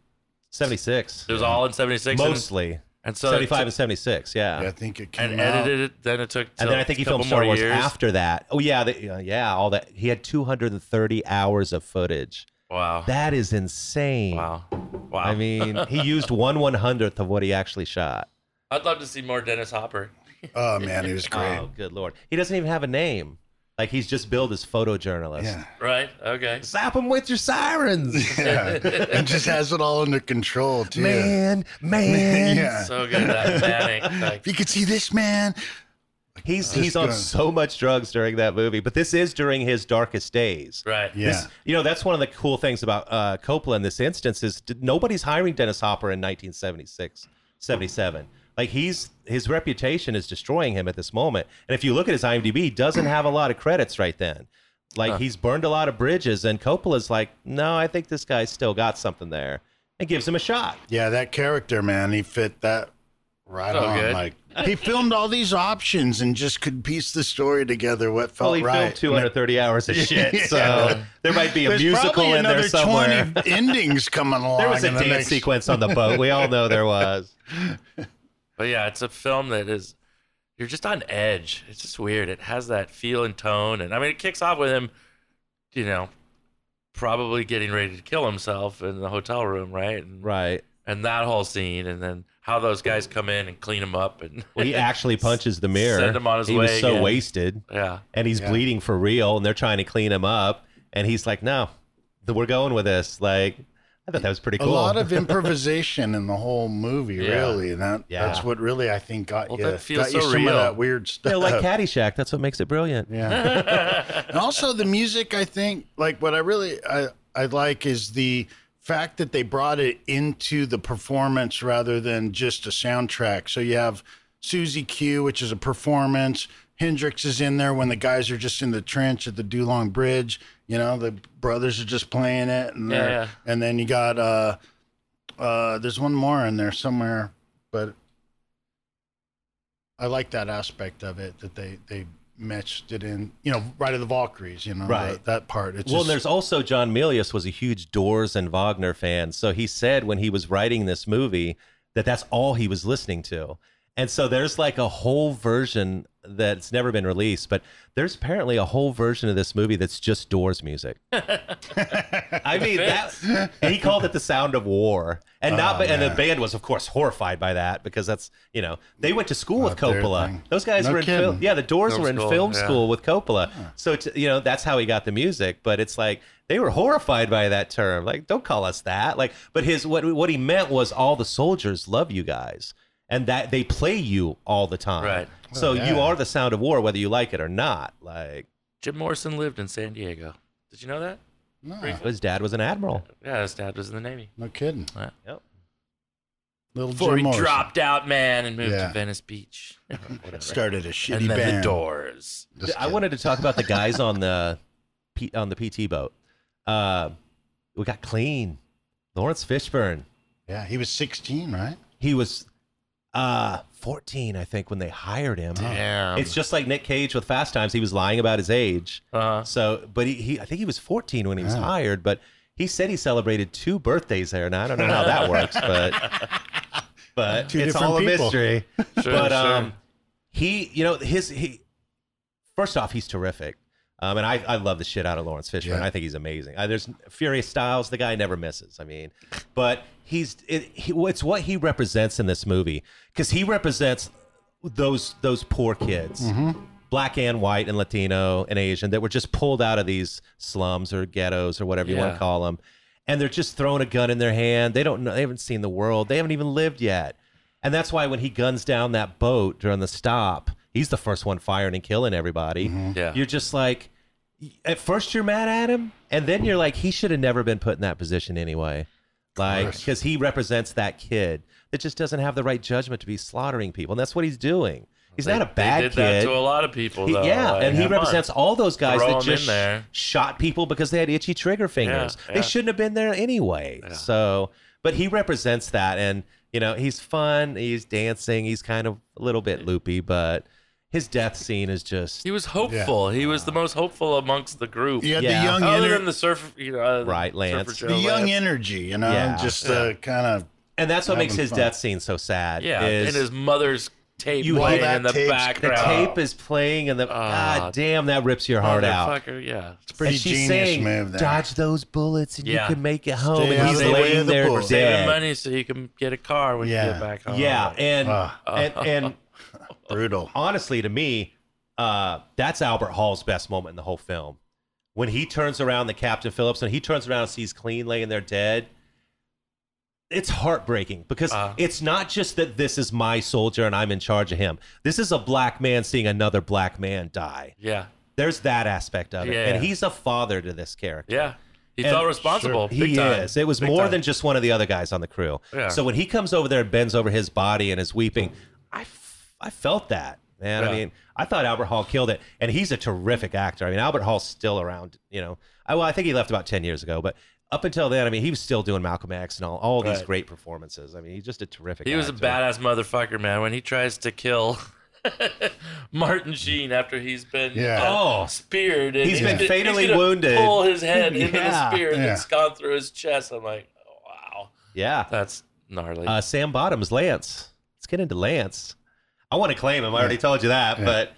Speaker 3: 76
Speaker 1: It was all in '76.
Speaker 3: mostly
Speaker 1: And so
Speaker 3: 75 and 76 yeah
Speaker 2: Yeah, I think it came
Speaker 1: and
Speaker 2: out.
Speaker 1: edited it. Then it took.
Speaker 3: and
Speaker 1: till
Speaker 3: then I think
Speaker 1: a
Speaker 3: he filmed
Speaker 1: couple
Speaker 3: Star
Speaker 1: more
Speaker 3: Wars
Speaker 1: years.
Speaker 3: after that. Oh yeah, the, uh, yeah, all that. He had 230 hours of footage.
Speaker 1: Wow.
Speaker 3: That is insane.
Speaker 1: Wow. Wow.
Speaker 3: I mean, he used one one hundredth of what he actually shot.
Speaker 1: I'd love to see more Dennis Hopper.
Speaker 2: Oh man, he was great.
Speaker 3: Oh, good lord! He doesn't even have a name. Like he's just billed as photojournalist.
Speaker 2: yeah.
Speaker 1: Right? Okay.
Speaker 3: Zap him with your sirens,
Speaker 2: yeah. and just has it all under control too.
Speaker 3: man, man.
Speaker 2: Yeah.
Speaker 1: So good that panic.
Speaker 2: If
Speaker 1: Like,
Speaker 2: you could see this man.
Speaker 3: He's
Speaker 2: Just
Speaker 3: he's on
Speaker 2: gonna-
Speaker 3: so much drugs during that movie, but this is during his darkest days.
Speaker 1: right.
Speaker 2: Yeah.
Speaker 3: This- you know, that's one of the cool things about uh, Coppola in this instance is d- nobody's hiring Dennis Hopper in 1976, 77. Like he's his reputation is destroying him at this moment. And if you look at his IMDb, he doesn't have a lot of credits right then. Like he's burned a lot of bridges, and Coppola's like, no, I think this guy's still got something there, and gives him a shot.
Speaker 2: Yeah, that character, man, he fit that right
Speaker 1: So
Speaker 2: on.
Speaker 1: good.
Speaker 2: Like he filmed all these options and just could piece the story together. What felt
Speaker 3: Well, he
Speaker 2: Oh, right.
Speaker 3: filmed 230 hours of shit, so
Speaker 2: Yeah.
Speaker 3: there might be a
Speaker 2: There's
Speaker 3: musical
Speaker 2: probably
Speaker 3: in there
Speaker 2: another
Speaker 3: somewhere.
Speaker 2: 20 endings coming along.
Speaker 3: There was a
Speaker 2: in the
Speaker 3: dance
Speaker 2: next-
Speaker 3: sequence on the boat. We all know there was.
Speaker 1: But yeah, it's a film that is you're just on edge. It's just weird. It has that feel and tone, and I mean, it kicks off with him, you know, probably getting ready to kill himself in the hotel room, right? And,
Speaker 3: Right.
Speaker 1: and that whole scene, and then how those guys come in and clean him up, and
Speaker 3: Well, he actually punches the mirror.
Speaker 1: Send him on his
Speaker 3: he
Speaker 1: way
Speaker 3: was so
Speaker 1: again.
Speaker 3: wasted,
Speaker 1: yeah,
Speaker 3: and he's
Speaker 2: Yeah.
Speaker 3: bleeding for real, and they're trying to clean him up, and he's like, "No, th- we're going with this." Like, I thought that was pretty
Speaker 2: A
Speaker 3: cool.
Speaker 2: lot of improvisation in the whole movie,
Speaker 1: Yeah.
Speaker 2: really. And that,
Speaker 3: Yeah.
Speaker 2: that's what really I think got
Speaker 1: Well,
Speaker 2: you.
Speaker 1: that feels
Speaker 2: got you
Speaker 1: so
Speaker 2: some
Speaker 1: real.
Speaker 2: of that weird
Speaker 3: You
Speaker 2: stuff.
Speaker 3: know, like Caddyshack. That's what makes it brilliant.
Speaker 2: Yeah. and also the music, I think, like what I really I, I like is the fact that they brought it into the performance rather than just a soundtrack. So you have Susie Q, which is a performance. Hendrix is in there when the guys are just in the trench at the Dulong Bridge. You know, the brothers are just playing it, and they're-
Speaker 1: Yeah.
Speaker 2: and then you got uh, uh, there's one more in there somewhere, but I like that aspect of it that they they matched it in. You know, right of the Valkyries. You know,
Speaker 3: Right.
Speaker 2: that, that part. It's
Speaker 3: well,
Speaker 2: just,
Speaker 3: and there's also John Milius was a huge Doors and Wagner fan, so he said when he was writing this movie that that's all he was listening to, and so there's like a whole version that's never been released, but there's apparently a whole version of this movie that's just Doors music. I mean, that, and he called it the Sound of War, and not
Speaker 2: Oh,
Speaker 3: and the
Speaker 2: man.
Speaker 3: band was of course horrified by that because that's you know they went to school with
Speaker 2: Not their thing.
Speaker 3: Coppola. Those guys
Speaker 2: No
Speaker 3: were in film,
Speaker 2: kidding.
Speaker 3: yeah, the Doors
Speaker 1: Film
Speaker 3: were in
Speaker 1: school,
Speaker 3: film
Speaker 1: yeah.
Speaker 3: school with Coppola. So t- you know that's how he got the music. But it's like they were horrified by that term. Like, don't call us that. Like, but his what what he meant was all the soldiers love you guys, and that they play you all the time.
Speaker 1: Right.
Speaker 3: So
Speaker 2: Oh, yeah.
Speaker 3: you are the sound of war, whether you like it or not. Like
Speaker 1: Jim Morrison lived in San Diego. Did you know that?
Speaker 2: no,
Speaker 3: his dad was an admiral.
Speaker 1: Yeah, his dad was in the Navy.
Speaker 2: no kidding.
Speaker 3: Yep.
Speaker 2: Little
Speaker 1: Before
Speaker 2: Jim
Speaker 1: he
Speaker 2: Morrison
Speaker 1: dropped out, man, and moved
Speaker 2: Yeah.
Speaker 1: to Venice Beach. Whatever.
Speaker 2: started a shitty
Speaker 1: and then
Speaker 2: band.
Speaker 1: the Doors.
Speaker 2: Just
Speaker 3: I
Speaker 2: kidding.
Speaker 3: wanted to talk about the guys on the P, on the PT boat. Uh, we got clean. Lawrence Fishburne.
Speaker 2: Yeah, he was 16, right?
Speaker 3: He was uh 14, I think, when they hired him.
Speaker 2: Oh.
Speaker 1: Damn.
Speaker 3: It's just like Nick Cage with Fast Times. He was lying about his age.
Speaker 1: uh,
Speaker 3: So, but he, he I think he was 14 when he was
Speaker 2: Yeah.
Speaker 3: hired, but he said he celebrated two birthdays there. Now I don't know how that works, but but
Speaker 2: Two
Speaker 3: it's
Speaker 2: different
Speaker 3: all a
Speaker 2: people.
Speaker 3: mystery
Speaker 1: sure,
Speaker 3: but
Speaker 1: sure.
Speaker 3: um, he, you know, his he. First off, he's terrific, um, and I, I love the shit out of Lawrence Fishburne.
Speaker 2: Yeah.
Speaker 3: I think he's amazing. Uh, there's Furious Styles, the guy never misses. I mean, but he's it, he, it's what he represents in this movie because he represents those those poor kids. Black and white and Latino and Asian that were just pulled out of these slums or ghettos or whatever you want
Speaker 1: Yeah.
Speaker 3: to call them, and they're just throwing a gun in their hand. They don't know. They haven't seen the world. They haven't even lived yet. And that's why when he guns down that boat during the stop, he's the first one firing and killing everybody.
Speaker 1: Yeah.
Speaker 3: You're just like, at first you're mad at him, and then you're like, he should have never been put in that position anyway. Like,
Speaker 2: course.
Speaker 3: because he represents that kid that just doesn't have the right judgment to be slaughtering people. And that's what he's doing. He's
Speaker 1: They-
Speaker 3: not a bad
Speaker 1: They did
Speaker 3: kid.
Speaker 1: that to a lot of people,
Speaker 3: He-
Speaker 1: though.
Speaker 3: yeah,
Speaker 1: like,
Speaker 3: and he
Speaker 1: come on.
Speaker 3: represents all those guys
Speaker 1: Throw
Speaker 3: that
Speaker 1: 'em in
Speaker 3: just sh-
Speaker 1: there.
Speaker 3: shot people because they had itchy trigger fingers.
Speaker 1: Yeah, yeah.
Speaker 3: They shouldn't have been there anyway.
Speaker 1: Yeah.
Speaker 3: So, but he represents that, and you know he's fun. He's dancing. He's kind of a little bit loopy, but his death scene is just
Speaker 1: He was hopeful. He was the most hopeful amongst the group.
Speaker 2: You had
Speaker 3: Yeah.
Speaker 2: the young
Speaker 1: Other
Speaker 2: ener-
Speaker 1: than the surf, you know, uh,
Speaker 3: Right, Lance.
Speaker 1: Surfer Joe
Speaker 2: the young
Speaker 1: Lance.
Speaker 2: energy, you know,
Speaker 3: Yeah.
Speaker 2: just uh, kind of
Speaker 3: and that's what
Speaker 2: Having
Speaker 3: makes his
Speaker 2: fun.
Speaker 3: death scene so sad.
Speaker 1: yeah,
Speaker 3: is
Speaker 1: and his mother's tape
Speaker 3: You-
Speaker 1: playing
Speaker 2: Well,
Speaker 1: in the
Speaker 2: that tape's-
Speaker 3: the
Speaker 1: background.
Speaker 3: tape is playing, and the
Speaker 1: Ah.
Speaker 3: god damn that rips your heart out.
Speaker 1: Motherfucker, yeah.
Speaker 2: pretty
Speaker 3: and she's
Speaker 2: genius
Speaker 3: saying,
Speaker 2: move there.
Speaker 3: "Dodge those bullets, and
Speaker 1: Yeah.
Speaker 3: you can make it home."
Speaker 2: Stay
Speaker 3: and
Speaker 2: out
Speaker 3: he's
Speaker 2: of the way
Speaker 3: laying
Speaker 2: of the
Speaker 3: there
Speaker 2: bullets.
Speaker 1: Saving
Speaker 3: dead.
Speaker 1: money so you can get a car when you
Speaker 2: Yeah.
Speaker 1: get back home.
Speaker 3: Yeah,
Speaker 2: Oh.
Speaker 3: and
Speaker 2: Ugh.
Speaker 3: and, and
Speaker 2: brutal.
Speaker 3: honestly, to me, uh, that's Albert Hall's best moment in the whole film. When he turns around, the Captain Phillips, and he turns around and sees Clean laying there dead. It's heartbreaking because
Speaker 1: Uh-huh.
Speaker 3: it's not just that this is my soldier and I'm in charge of him. This is a black man seeing another black man die.
Speaker 1: Yeah.
Speaker 3: There's that aspect of it,
Speaker 1: Yeah.
Speaker 3: and he's a father to this character.
Speaker 1: Yeah. He
Speaker 3: And
Speaker 1: felt responsible.
Speaker 3: He
Speaker 1: big time.
Speaker 3: is. It was
Speaker 1: Big
Speaker 3: more
Speaker 1: time.
Speaker 3: than just one of the other guys on the crew.
Speaker 1: Yeah.
Speaker 3: So when he comes over there and bends over his body and is weeping, I, f- I felt that. Man, I
Speaker 1: Yeah.
Speaker 3: mean, I thought Albert Hall killed it, and he's a terrific actor. I mean, Albert Hall's still around. You know, I, well, I think he left about ten years ago, but up until then, I mean, he was still doing Malcolm X and all, all these
Speaker 2: Right.
Speaker 3: great performances. I mean, he's just a terrific.
Speaker 1: He was a
Speaker 3: actor.
Speaker 1: badass motherfucker, man. When he tries to kill Martin Sheen after he's been uh,
Speaker 2: Yeah.
Speaker 3: Oh,
Speaker 1: speared, and
Speaker 3: He's been
Speaker 1: gonna-
Speaker 3: fatally
Speaker 1: gonna
Speaker 3: wounded.
Speaker 1: Pull his head into
Speaker 3: Yeah.
Speaker 1: the spear and
Speaker 2: Yeah.
Speaker 1: it's gone through his chest. I'm like, oh, wow,
Speaker 3: yeah.
Speaker 1: that's gnarly.
Speaker 3: Uh, Sam Bottoms, Lance. Let's get into Lance. I want to claim him. I already told you that, but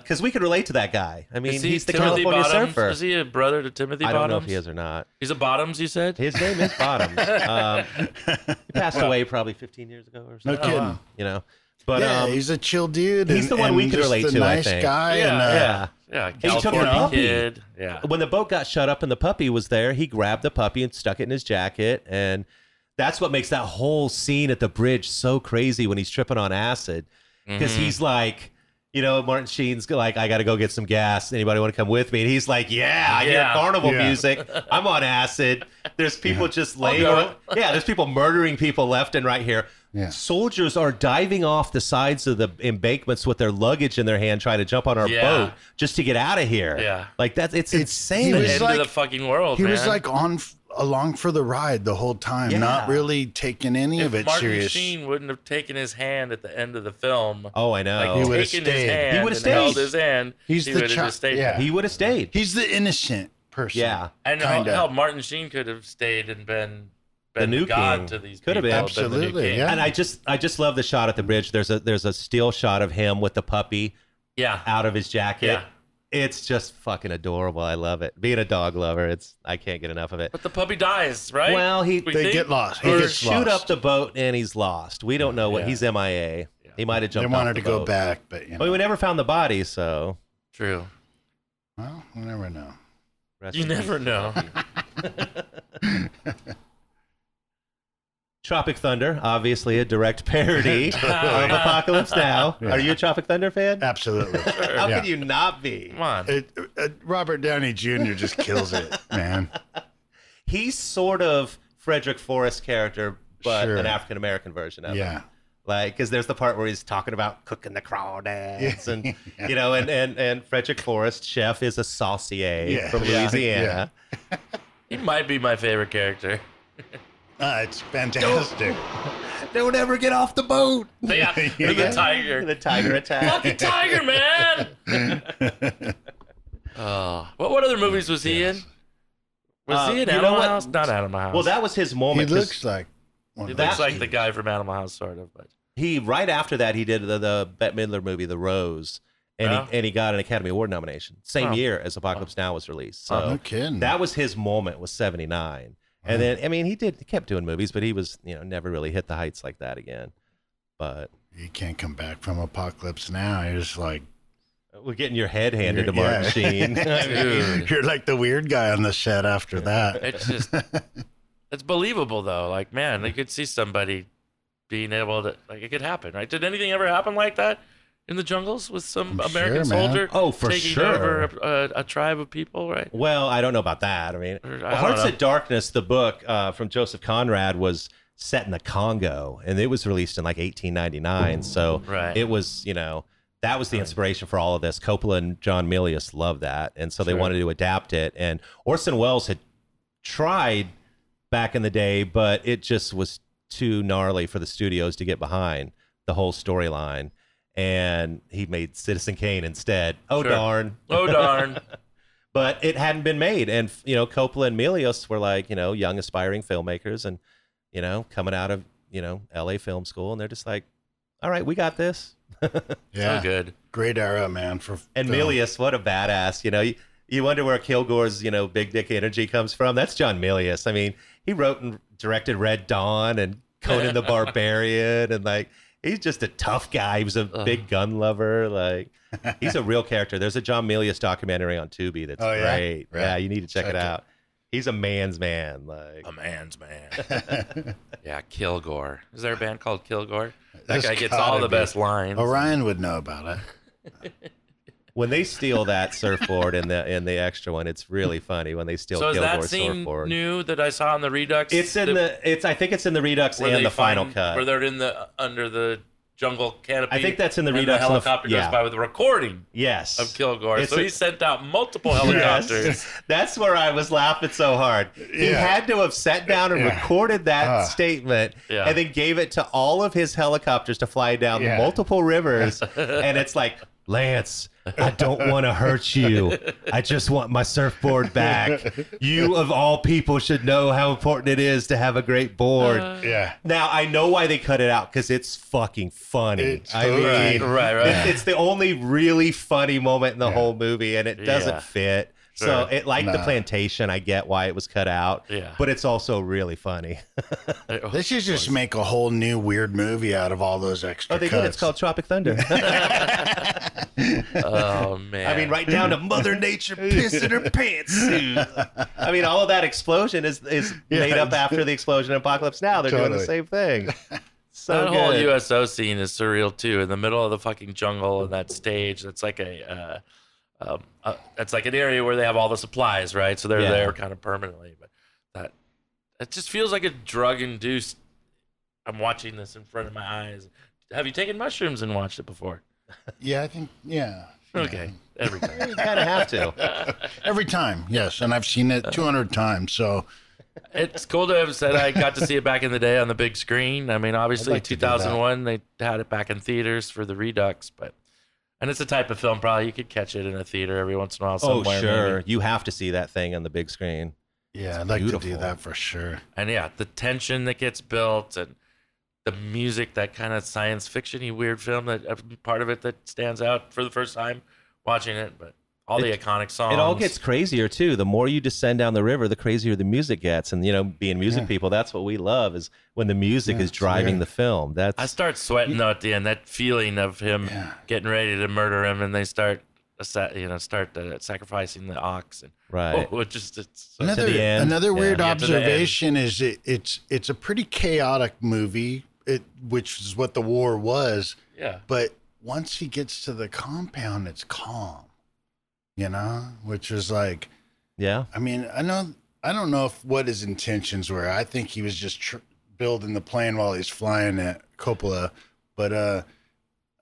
Speaker 3: because we could relate to that guy. I mean,
Speaker 1: is he
Speaker 3: he's the
Speaker 1: Timothy
Speaker 3: California
Speaker 1: Bottoms?
Speaker 3: surfer.
Speaker 1: Is he a brother to Timothy
Speaker 3: I
Speaker 1: Bottoms?
Speaker 3: don't know if he is or not.
Speaker 1: He's a Bottoms. You said.
Speaker 3: His name is Bottoms. um, he passed away probably 15 years ago or
Speaker 2: No
Speaker 3: something.
Speaker 2: kidding.
Speaker 1: Oh, wow.
Speaker 3: You know, but
Speaker 2: Uh-huh. yeah,
Speaker 3: um,
Speaker 2: he's a chill dude.
Speaker 3: he's
Speaker 2: and-
Speaker 3: the one we
Speaker 2: and
Speaker 3: could
Speaker 2: just
Speaker 3: relate
Speaker 2: a
Speaker 3: to, I
Speaker 2: Nice
Speaker 3: think.
Speaker 2: guy. and,
Speaker 1: Yeah.
Speaker 2: uh,
Speaker 3: yeah.
Speaker 1: Yeah,
Speaker 3: He took the
Speaker 1: California
Speaker 3: puppy.
Speaker 1: kid. Yeah,
Speaker 3: When the boat got shut up and the puppy was there, he grabbed the puppy and stuck it in his jacket. And that's what makes that whole scene at the bridge so crazy when he's tripping on acid. Because
Speaker 1: Mm-hmm.
Speaker 3: he's like, you know, Martin Sheen's like, I got to go get some gas. Anybody want to come with me? And he's like, Yeah, I hear
Speaker 1: Yeah.
Speaker 3: carnival
Speaker 2: Yeah.
Speaker 3: music. I'm on acid. There's people just laying.
Speaker 1: go.
Speaker 3: on- Yeah, there's people murdering people left and right here.
Speaker 2: Yeah.
Speaker 3: Soldiers are diving off the sides of the embankments with their luggage in their hand, trying to jump on our
Speaker 1: Yeah.
Speaker 3: boat just to get out of here.
Speaker 1: Yeah.
Speaker 3: like that's it's,
Speaker 2: It's-
Speaker 3: insane.
Speaker 2: he
Speaker 1: the
Speaker 2: was
Speaker 1: end
Speaker 2: like-
Speaker 1: of the fucking
Speaker 3: Oh,
Speaker 1: world.
Speaker 2: He
Speaker 1: man.
Speaker 2: was like on f- along for the ride the whole time,
Speaker 3: Yeah.
Speaker 2: not really taking any
Speaker 1: if
Speaker 2: of it
Speaker 1: Martin
Speaker 2: serious.
Speaker 1: Sheen wouldn't have taken his hand at the end of the film.
Speaker 3: Oh, I know.
Speaker 1: Like
Speaker 2: He
Speaker 1: he
Speaker 2: would've
Speaker 1: would have stayed.
Speaker 2: stayed. He
Speaker 1: His hand
Speaker 3: would've
Speaker 1: and Held
Speaker 3: stayed.
Speaker 1: his hand.
Speaker 2: He's
Speaker 1: he
Speaker 2: the
Speaker 1: would have
Speaker 2: chi-
Speaker 1: just stayed.
Speaker 2: yeah.
Speaker 3: he would have stayed.
Speaker 2: He's the innocent person.
Speaker 3: yeah,
Speaker 1: And
Speaker 2: Kinda.
Speaker 1: hell, Martin Sheen could have stayed and been,
Speaker 3: The
Speaker 1: been
Speaker 3: new
Speaker 1: God
Speaker 3: king.
Speaker 1: to these
Speaker 3: Could have
Speaker 1: people.
Speaker 3: been.
Speaker 1: the new
Speaker 2: Absolutely,
Speaker 1: king.
Speaker 2: yeah.
Speaker 3: and I just I just love the shot at the bridge. There's a there's a still shot of him with the puppy
Speaker 1: yeah,
Speaker 3: out of his jacket.
Speaker 1: Yeah.
Speaker 3: It's just fucking adorable. I love it. Being a dog lover, it's I can't get enough of it.
Speaker 1: But the puppy dies, right?
Speaker 3: Well, he
Speaker 1: We
Speaker 2: They
Speaker 1: think-
Speaker 2: get lost. He
Speaker 3: Or
Speaker 2: gets
Speaker 3: shoot
Speaker 2: lost.
Speaker 3: up the boat and he's lost. We don't know what
Speaker 1: Yeah.
Speaker 3: he's MIA. He might have
Speaker 2: They
Speaker 3: jumped. off
Speaker 2: wanted
Speaker 3: the
Speaker 2: to go
Speaker 3: boat.
Speaker 2: back, but you know,
Speaker 3: But we never found the body, so
Speaker 1: True.
Speaker 2: well, we never know.
Speaker 3: rest
Speaker 1: You
Speaker 3: in peace.
Speaker 1: never know.
Speaker 3: Tropic Thunder, obviously a direct parody
Speaker 2: Oh,
Speaker 3: of Apocalypse Now. Are you a Tropic Thunder fan?
Speaker 2: Absolutely.
Speaker 3: How
Speaker 2: Uh, Yeah.
Speaker 3: could you not be?
Speaker 1: Come on.
Speaker 2: It, uh, Robert Downey Jr. just kills it, man.
Speaker 3: He's sort of Frederick Forrest character, but
Speaker 2: Sure.
Speaker 3: an African American version of it.
Speaker 2: Yeah.
Speaker 3: Like, because there's the part where he's talking about cooking the crawdads, and you know, and and and Frederick Forrest, chef, is a saucier
Speaker 2: Yeah.
Speaker 3: from
Speaker 2: Yeah.
Speaker 3: Louisiana.
Speaker 1: He might be my favorite character.
Speaker 2: Uh, it's fantastic.
Speaker 3: Don't ever get off the boat.
Speaker 1: Yeah,
Speaker 2: Yeah.
Speaker 1: the tiger.
Speaker 3: The tiger attack.
Speaker 1: fucking tiger, man. oh, what what other movies was he in? Was
Speaker 3: Uh,
Speaker 1: he in
Speaker 3: you know
Speaker 1: Animal
Speaker 3: what?
Speaker 1: House? Not Animal House.
Speaker 3: well, that was his
Speaker 2: he
Speaker 3: moment. 'cause
Speaker 2: looks like one
Speaker 1: he
Speaker 2: of those
Speaker 1: looks like the
Speaker 2: dudes.
Speaker 1: guy from Animal House, sort of. But
Speaker 3: he right after that he did the, the Bette Midler movie The Rose, and
Speaker 1: Yeah.
Speaker 3: he and he got an Academy Award nomination same
Speaker 1: Wow. Uh-huh.
Speaker 3: year as Apocalypse Now was released. So
Speaker 2: Oh, no kidding.
Speaker 3: that was his moment was seventy nine, and then I mean he did he kept doing movies, but he was you know never really hit the heights like that again. But
Speaker 2: you can't come back from apocalypse now. You're just like
Speaker 3: uh, we're getting your head handed to
Speaker 2: You're-
Speaker 3: Martin Sheen. I mean,
Speaker 1: Dude.
Speaker 2: you're like the weird guy on the set after that.
Speaker 1: It's just it's believable though. Like, man, they could see somebody being able to like it could happen, right? Did anything ever happen like that in the jungles with some
Speaker 2: I'm
Speaker 1: American
Speaker 2: sure, man.
Speaker 1: soldier
Speaker 3: Oh, for
Speaker 1: taking
Speaker 3: sure.
Speaker 1: over a, a, a tribe of people, right?
Speaker 3: Well, I don't know about that. I mean,
Speaker 1: Or- I
Speaker 3: well,
Speaker 1: don't
Speaker 3: Hearts
Speaker 1: know.
Speaker 3: of Darkness, the book uh, from Joseph Conrad, was set in the Congo, and it was released in like 1899. So
Speaker 1: Right.
Speaker 3: it was, you know, that was the inspiration for all of this. Coppola and John Milius loved that, and so they
Speaker 1: Sure.
Speaker 3: wanted to adapt it. And Orson Welles had tried back in the day, but it just was too gnarly for the studios to get behind the whole storyline. And he made Citizen Kane instead. Oh
Speaker 1: Sure.
Speaker 3: darn!
Speaker 1: Oh darn.
Speaker 3: but it hadn't been made. And you know, Coppola and Milius were like, you know, young aspiring filmmakers, and you know, coming out of you know L.A. film school, and they're just like, all right, we got this.
Speaker 2: Yeah,
Speaker 1: So good.
Speaker 2: great era, man. For
Speaker 3: And
Speaker 2: film.
Speaker 3: Milius, what a badass! You know, you, you wonder where Kilgore's you know big dick energy comes from. That's John Milius. I mean, he wrote and directed Red Dawn and Conan the Barbarian, and like. He's just a tough guy. He was a big gun lover. Like, he's a real character. There's a John Milius documentary on Tubi that's
Speaker 2: Oh, yeah?
Speaker 3: great.
Speaker 2: Right.
Speaker 3: Yeah, you need to check,
Speaker 2: Check
Speaker 3: it
Speaker 2: it.
Speaker 3: out. He's a man's man. Like,
Speaker 1: A man's man. yeah, Kilgore. Is there a band called Kilgore? That
Speaker 2: There's
Speaker 1: guy gets
Speaker 2: gotta
Speaker 1: all the
Speaker 2: be.
Speaker 1: best lines.
Speaker 2: Orion would know about it.
Speaker 3: when they steal that surfboard and the and the extra one, it's really funny when they steal
Speaker 1: So is that
Speaker 3: Kilgore's
Speaker 1: scene
Speaker 3: surfboard.
Speaker 1: new that I saw in the Redux?
Speaker 3: It's in the it's I think it's in the Redux
Speaker 1: where they
Speaker 3: and the final
Speaker 1: find-
Speaker 3: cut.
Speaker 1: Where they're in the under the jungle canopy.
Speaker 3: I think that's in the
Speaker 1: and
Speaker 3: Redux.
Speaker 1: The helicopter
Speaker 3: yeah.
Speaker 1: goes by with a recording
Speaker 3: Yes.
Speaker 1: of Kilgore.
Speaker 3: It's
Speaker 1: so
Speaker 3: a-
Speaker 1: he sent out multiple
Speaker 3: Yes.
Speaker 1: helicopters.
Speaker 3: That's where I was laughing so hard. He
Speaker 2: Yeah.
Speaker 3: had to have sat down and
Speaker 2: Yeah.
Speaker 3: recorded that
Speaker 2: Ah.
Speaker 3: statement
Speaker 1: Yeah.
Speaker 3: and then gave it to all of his helicopters to fly down
Speaker 2: Yeah.
Speaker 3: multiple rivers. and it's like, Lance, I don't want to hurt you. I just want my surfboard back. You, of all people, should know how important it is to have a great board.
Speaker 1: Uh-huh.
Speaker 2: Yeah.
Speaker 3: Now I know why they cut it out because it's fucking funny.
Speaker 2: It's
Speaker 3: I
Speaker 2: totally-
Speaker 3: mean,
Speaker 1: Right, right.
Speaker 3: it- it's the only really funny moment in the
Speaker 2: Yeah.
Speaker 3: whole movie, and it doesn't
Speaker 1: Yeah.
Speaker 3: fit. So
Speaker 1: Sure.
Speaker 3: it like the
Speaker 2: Nah.
Speaker 3: plantation. I get why it was cut out.
Speaker 1: Yeah.
Speaker 3: but it's also really funny.
Speaker 2: They should just make a whole new weird movie out of all those extra
Speaker 3: Oh, they
Speaker 2: cuts.
Speaker 3: did. It's called Tropic Thunder.
Speaker 1: oh man.
Speaker 3: I mean, right down to Mother Nature pissing her pants. I mean, all of that explosion is is made up after the explosion in Apocalypse Now. They're doing the
Speaker 2: Totally.
Speaker 3: same thing. So
Speaker 1: That whole
Speaker 3: good.
Speaker 1: USO scene is surreal too. In the middle of the fucking jungle and that stage, that's like a, uh, um, uh, that's like an area where they have all the supplies, right? So they're
Speaker 3: Yeah.
Speaker 1: there kind of permanently. But that, it just feels like a drug induced. I'm watching this in front of my eyes. Have you taken mushrooms and watched it before?
Speaker 2: Yeah, I think. Yeah.
Speaker 1: Okay, every time.
Speaker 3: you kind of have to.
Speaker 2: Every time, yes, and I've seen
Speaker 3: Uh,
Speaker 2: it 200 times. So
Speaker 1: It's cool to have said I got to see it back in the day on the big screen. I mean, obviously,
Speaker 2: like to do that.
Speaker 1: 2001 they had it back in theaters for the Redux, but and it's a type of film probably you could catch it in a theater every once in a while. Somewhere,
Speaker 3: oh
Speaker 1: maybe.
Speaker 3: sure, you have to see that thing on the big screen.
Speaker 2: yeah, I'd like to do
Speaker 3: beautiful.
Speaker 2: that for sure.
Speaker 1: And yeah, the tension that gets built and the music, that kind of science fiction-y weird film that uh, part of it that stands out for the first time watching it, but all the
Speaker 3: It-
Speaker 1: iconic songs.
Speaker 3: It all gets crazier too. The more you descend down the river, the crazier the music gets. And you know, being music
Speaker 2: Yeah.
Speaker 3: people, that's what we love is when the music is driving
Speaker 2: weird.
Speaker 3: the film. That's
Speaker 1: I start sweating though at the end. That feeling of him
Speaker 2: Yeah.
Speaker 1: getting ready to murder him, and they start, assa- you know, start uh, sacrificing the ox, and
Speaker 3: right.
Speaker 1: oh, it just it's so-
Speaker 2: Another
Speaker 3: the end.
Speaker 2: another
Speaker 3: Yeah.
Speaker 2: weird
Speaker 1: Yeah, to the end.
Speaker 2: observation is it, it's it's a pretty chaotic movie, it, which is what the war was.
Speaker 1: yeah.
Speaker 2: But once he gets to the compound, it's calm, you know, which is like
Speaker 3: Yeah.
Speaker 2: I mean, I know I don't know if what his intentions were. I think he was just tr- building the plane while he's flying at Coppola, but uh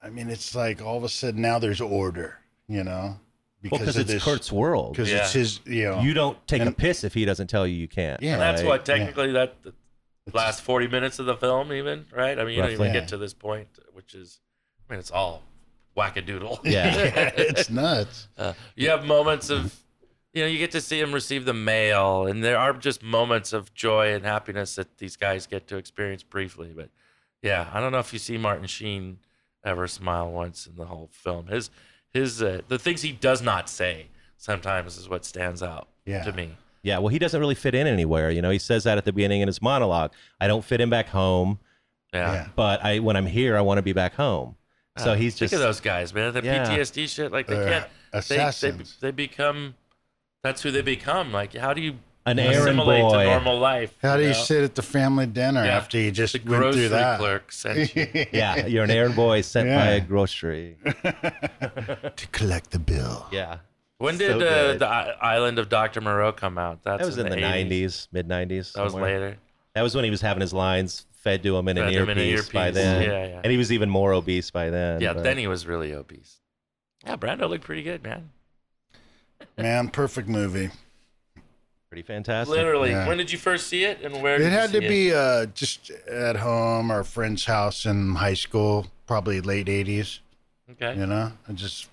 Speaker 2: I mean, it's like all of a sudden now there's order, you know,
Speaker 3: Well, because
Speaker 2: of
Speaker 3: it's Kurt's world.
Speaker 2: because it's
Speaker 1: Yeah.
Speaker 2: his, you know,
Speaker 3: You don't take a
Speaker 2: And-
Speaker 3: piss if he doesn't tell you you can't.
Speaker 2: Yeah.
Speaker 1: And that's
Speaker 3: right?
Speaker 1: why technically that the
Speaker 2: It's-
Speaker 1: last 40 minutes of the film, even right? I mean, you don't
Speaker 3: Roughly.
Speaker 1: even
Speaker 2: Yeah.
Speaker 1: get to this point, which is, I mean, it's all wackadoodle.
Speaker 3: Yeah.
Speaker 2: it's nuts.
Speaker 1: Uh, you have moments of, you know, you get to see him receive the mail, and there are just moments of joy and happiness that these guys get to experience briefly. But yeah, I don't know if you see Martin Sheen ever smile once in the whole film. His, his, uh, the things he does not say sometimes is what stands out
Speaker 2: Yeah.
Speaker 1: to me.
Speaker 3: Yeah, well, he doesn't really fit in anywhere. You know, he says that at the beginning in his monologue. I don't fit in back home,
Speaker 1: Yeah.
Speaker 2: Yeah.
Speaker 3: but I when I'm here, I want to be back home. So
Speaker 1: Uh,
Speaker 3: he's
Speaker 1: think
Speaker 3: just
Speaker 1: of those guys, man. The
Speaker 3: Yeah.
Speaker 1: PTSD shit, like they
Speaker 2: They're
Speaker 1: can't. They, they,
Speaker 2: assassins.
Speaker 1: they become. That's who they become. Like, how do you
Speaker 3: an errand
Speaker 1: assimilate to
Speaker 3: boy.
Speaker 1: normal life?
Speaker 2: How do you
Speaker 1: know?
Speaker 2: sit at the family dinner
Speaker 1: Yeah.
Speaker 2: after you just
Speaker 1: The
Speaker 2: went
Speaker 1: grocery
Speaker 2: through that?
Speaker 1: clerk sent you.
Speaker 3: Yeah, you're an errand boy sent
Speaker 2: Yeah.
Speaker 3: by a grocery.
Speaker 2: to collect the bill.
Speaker 3: Yeah.
Speaker 1: When did
Speaker 3: So
Speaker 1: uh,
Speaker 3: good.
Speaker 1: the I- Island of Doctor Moreau come out? That's
Speaker 3: That was in the
Speaker 1: 80s.
Speaker 3: nineties, mid nineties.
Speaker 1: That was later.
Speaker 3: That was when he was having his lines fed to him in, an
Speaker 1: Fed
Speaker 3: earpiece,
Speaker 1: him in an
Speaker 3: by
Speaker 1: earpiece.
Speaker 3: then.
Speaker 1: Yeah, yeah.
Speaker 3: And he was even more obese by then.
Speaker 1: Yeah,
Speaker 3: but-
Speaker 1: then he was really obese. Yeah, Brando looked pretty good, man.
Speaker 2: Man, perfect movie.
Speaker 3: pretty fantastic.
Speaker 1: Literally.
Speaker 2: Yeah.
Speaker 1: When did you first see it, and where?
Speaker 2: It
Speaker 1: did you
Speaker 2: had to
Speaker 1: see
Speaker 2: be uh, just at home or a friend's house in high school, probably late 80s.
Speaker 1: Okay.
Speaker 2: You know, I just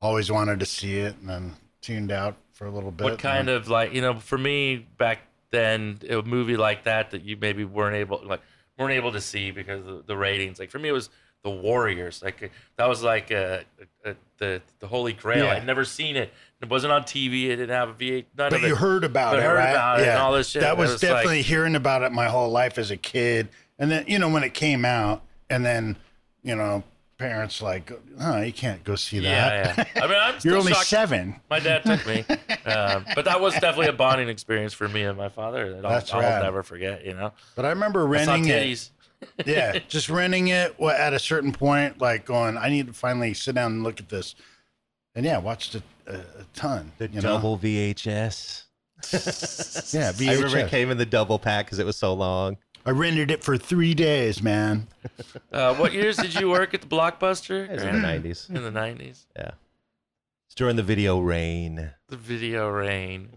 Speaker 2: always wanted to see it and then tuned out for a little bit.
Speaker 1: What kind of like you know? For me, back then, a movie like that that you maybe weren't able like weren't able to see because of the ratings. Like for me, it was The Warriors. Like that was like uh uh the the Holy Grail.
Speaker 2: Yeah.
Speaker 1: I'd never seen it. It wasn't on TV. It didn't have a V8. None
Speaker 2: But
Speaker 1: of it.
Speaker 2: you heard about
Speaker 1: But
Speaker 2: it,
Speaker 1: heard
Speaker 2: right?
Speaker 1: about it and all this shit.
Speaker 2: That
Speaker 1: It
Speaker 2: was,
Speaker 1: was like-
Speaker 2: definitely hearing about it my whole life as a kid. And then, you know, when it came out, and then, you know, parents like, oh, you can't go see that.
Speaker 1: yeah, yeah. I mean, I'm still
Speaker 2: You're only
Speaker 1: shocked.
Speaker 2: seven.
Speaker 1: My dad took me, um, but that was definitely a bonding experience for me and my father that I'll,
Speaker 2: That's
Speaker 1: I'll
Speaker 2: rad.
Speaker 1: never forget. You know,
Speaker 2: But I remember
Speaker 1: I saw
Speaker 2: renting it.
Speaker 1: titties.
Speaker 2: yeah, just renting it wa- at a certain point, like going, I need to finally sit down and look at this. and yeah, watched a, a, a ton.
Speaker 3: The
Speaker 2: you know?
Speaker 3: double VHS.
Speaker 2: yeah,
Speaker 3: I remember it
Speaker 2: VHS.
Speaker 3: came in the double pack because it was so long.
Speaker 2: I rendered it for three days, man.
Speaker 1: Uh, what years did you work at the Blockbuster?
Speaker 3: It was in the nineties.
Speaker 1: In the 90s.
Speaker 3: Yeah, it's during the video rain.
Speaker 1: The video rain.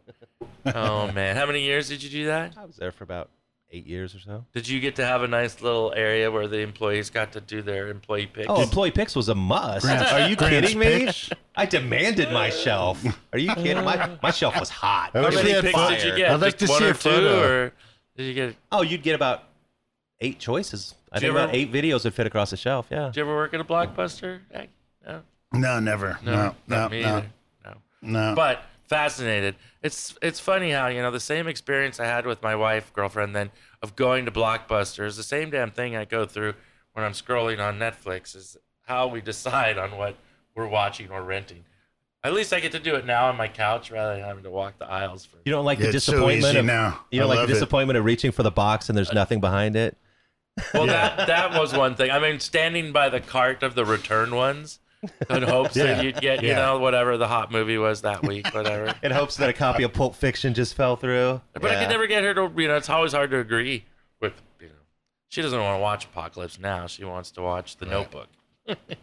Speaker 1: Oh, man. How many years did you do that?
Speaker 3: I was there for about eight years or so.
Speaker 1: Did you get to have a nice little area where the employees got to do their employee picks?
Speaker 3: Oh, employee picks was a must.
Speaker 2: Grant's-
Speaker 3: Are you
Speaker 2: Grant's
Speaker 3: kidding me?
Speaker 2: Picks.
Speaker 3: I demanded my shelf. Are you kidding? My my shelf was hot.
Speaker 2: I
Speaker 1: How
Speaker 2: wish
Speaker 1: many
Speaker 2: we had
Speaker 1: picks did you
Speaker 3: fire.
Speaker 1: get?
Speaker 2: I'd like
Speaker 1: Just
Speaker 2: to
Speaker 1: one
Speaker 2: see
Speaker 1: or
Speaker 2: a
Speaker 1: two,
Speaker 2: photo.
Speaker 1: or did you get?
Speaker 3: Oh, you'd get about eight choices. I
Speaker 1: Do you
Speaker 3: think
Speaker 1: ever-
Speaker 3: about eight videos would fit across the shelf. Yeah.
Speaker 1: Did you ever work at a Blockbuster? Heck, No,
Speaker 2: No, never. No, no,
Speaker 1: not me
Speaker 2: no,
Speaker 1: either. No.
Speaker 2: no.
Speaker 1: but fascinated. It's it's funny how you know the same experience I had with my wife girlfriend then of going to Blockbuster is the same damn thing I go through when I'm scrolling on Netflix is how we decide on what we're watching or renting. At least I get to do it now on my couch rather than having to walk the aisles for.
Speaker 3: You don't like the
Speaker 2: It's so
Speaker 3: disappointment
Speaker 2: easy
Speaker 3: of
Speaker 2: now.
Speaker 3: You don't
Speaker 2: I
Speaker 3: like
Speaker 2: love
Speaker 3: the
Speaker 2: it.
Speaker 3: disappointment of reaching for the box and there's nothing behind it.
Speaker 1: Well, that that was one thing. I mean, standing by the cart of the return ones in hopes
Speaker 2: Yeah.
Speaker 1: that you'd get you
Speaker 2: Yeah.
Speaker 1: know whatever the hot movie was that week, whatever.
Speaker 3: In hopes that a copy of Pulp Fiction just fell through.
Speaker 1: But I could never get her to, you know, it's always hard to agree with, you know, she doesn't want to watch Apocalypse Now. She wants to watch The Notebook.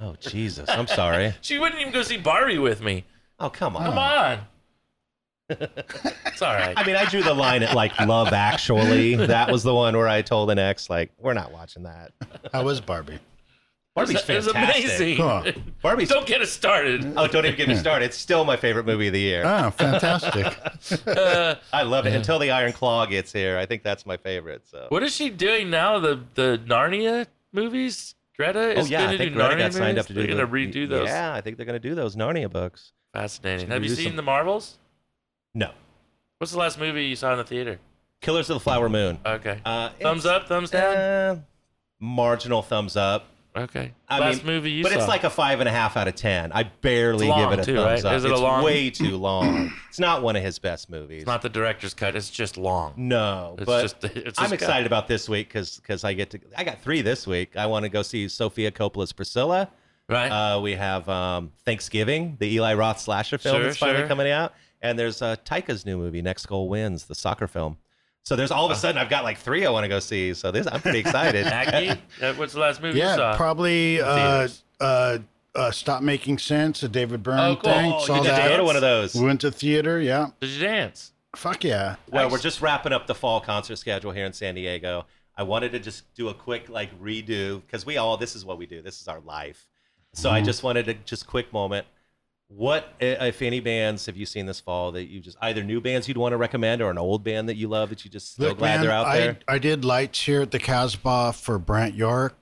Speaker 3: Oh Jesus! I'm sorry.
Speaker 1: She wouldn't even go see Barbie with me.
Speaker 3: Oh come on.
Speaker 1: Come on. it's all right.
Speaker 3: I mean, I drew the line at like Love Actually. That was the one where I told an ex, like, we're not watching that.
Speaker 2: How was Barbie?
Speaker 3: Barbie's
Speaker 1: It's
Speaker 3: fantastic.
Speaker 1: amazing.
Speaker 2: Huh.
Speaker 3: Barbie's.
Speaker 1: Don't get us started.
Speaker 3: oh, don't even get me started. It's still my favorite movie of the year.
Speaker 2: Oh, fantastic.
Speaker 3: I love it. Until the Iron Claw gets here, I think that's my favorite. So.
Speaker 1: What is she doing now? The the Narnia movies? Greta
Speaker 3: Oh
Speaker 1: is
Speaker 3: yeah,
Speaker 1: going
Speaker 3: I
Speaker 1: to do
Speaker 3: think
Speaker 1: Narnia
Speaker 3: Greta got signed
Speaker 1: movies?
Speaker 3: up to do.
Speaker 1: They're going
Speaker 3: the-
Speaker 1: to redo those.
Speaker 3: Yeah, I think they're going to do those Narnia books.
Speaker 1: Fascinating.
Speaker 3: gonna
Speaker 1: Have you
Speaker 3: do
Speaker 1: seen
Speaker 3: some-
Speaker 1: The Marvels?
Speaker 3: No,
Speaker 1: What's the last movie you saw in the theater?
Speaker 3: Killers of the Flower Moon.
Speaker 1: Okay.
Speaker 3: Uh,
Speaker 1: thumbs up, thumbs down?
Speaker 3: Uh, marginal thumbs up.
Speaker 1: okay.
Speaker 3: I
Speaker 1: last
Speaker 3: mean,
Speaker 1: movie you
Speaker 3: but
Speaker 1: saw.
Speaker 3: it's like a five and a half out of ten. I barely
Speaker 1: It's long,
Speaker 3: give it a
Speaker 1: too,
Speaker 3: thumbs
Speaker 1: right?
Speaker 3: up.
Speaker 1: Is it a
Speaker 3: it's
Speaker 1: long-
Speaker 3: way too long. it's not one of his best movies.
Speaker 1: It's not the director's cut. It's just long.
Speaker 3: no,
Speaker 1: It's
Speaker 3: but
Speaker 1: just. It's just
Speaker 3: I'm excited about this week because I get to I got three this week. I want to go see Sophia Coppola's Priscilla.
Speaker 1: cut, right?
Speaker 3: Uh, we have um, Thanksgiving, the Eli Roth slasher film
Speaker 1: Sure,
Speaker 3: that's finally
Speaker 1: sure.
Speaker 3: coming out, and there's uh, Taika's new movie, Next Goal Wins, the soccer film. So there's
Speaker 1: Uh.
Speaker 3: all of a sudden I've got like three I want to go see. So this I'm pretty excited.
Speaker 1: Aggie, Uh, what's the last movie you
Speaker 2: eh, yeah,
Speaker 1: saw?
Speaker 2: probably uh,
Speaker 1: theaters.
Speaker 2: uh, uh, Stop Making Sense, a David Byrne
Speaker 1: Oh, cool.
Speaker 2: thing.
Speaker 1: Oh,
Speaker 2: Saw
Speaker 1: you
Speaker 3: Did you
Speaker 2: that.
Speaker 3: go to one of those?
Speaker 2: We went to theater. Yeah.
Speaker 1: Did you dance?
Speaker 2: Fuck yeah.
Speaker 3: Well, we're just wrapping up the fall concert schedule here in San Diego. I wanted to just do a quick like redo because we all this is what we do. This is our life. So
Speaker 2: Mm-hmm.
Speaker 3: I just wanted to just quick moment. What i- if any bands have you seen this fall that you just either new bands you'd want to recommend or an old band that you love that you just still
Speaker 2: Look,
Speaker 3: glad
Speaker 2: man,
Speaker 3: they're out
Speaker 2: I,
Speaker 3: there?
Speaker 2: I did lights here at the Casbah for Brant York.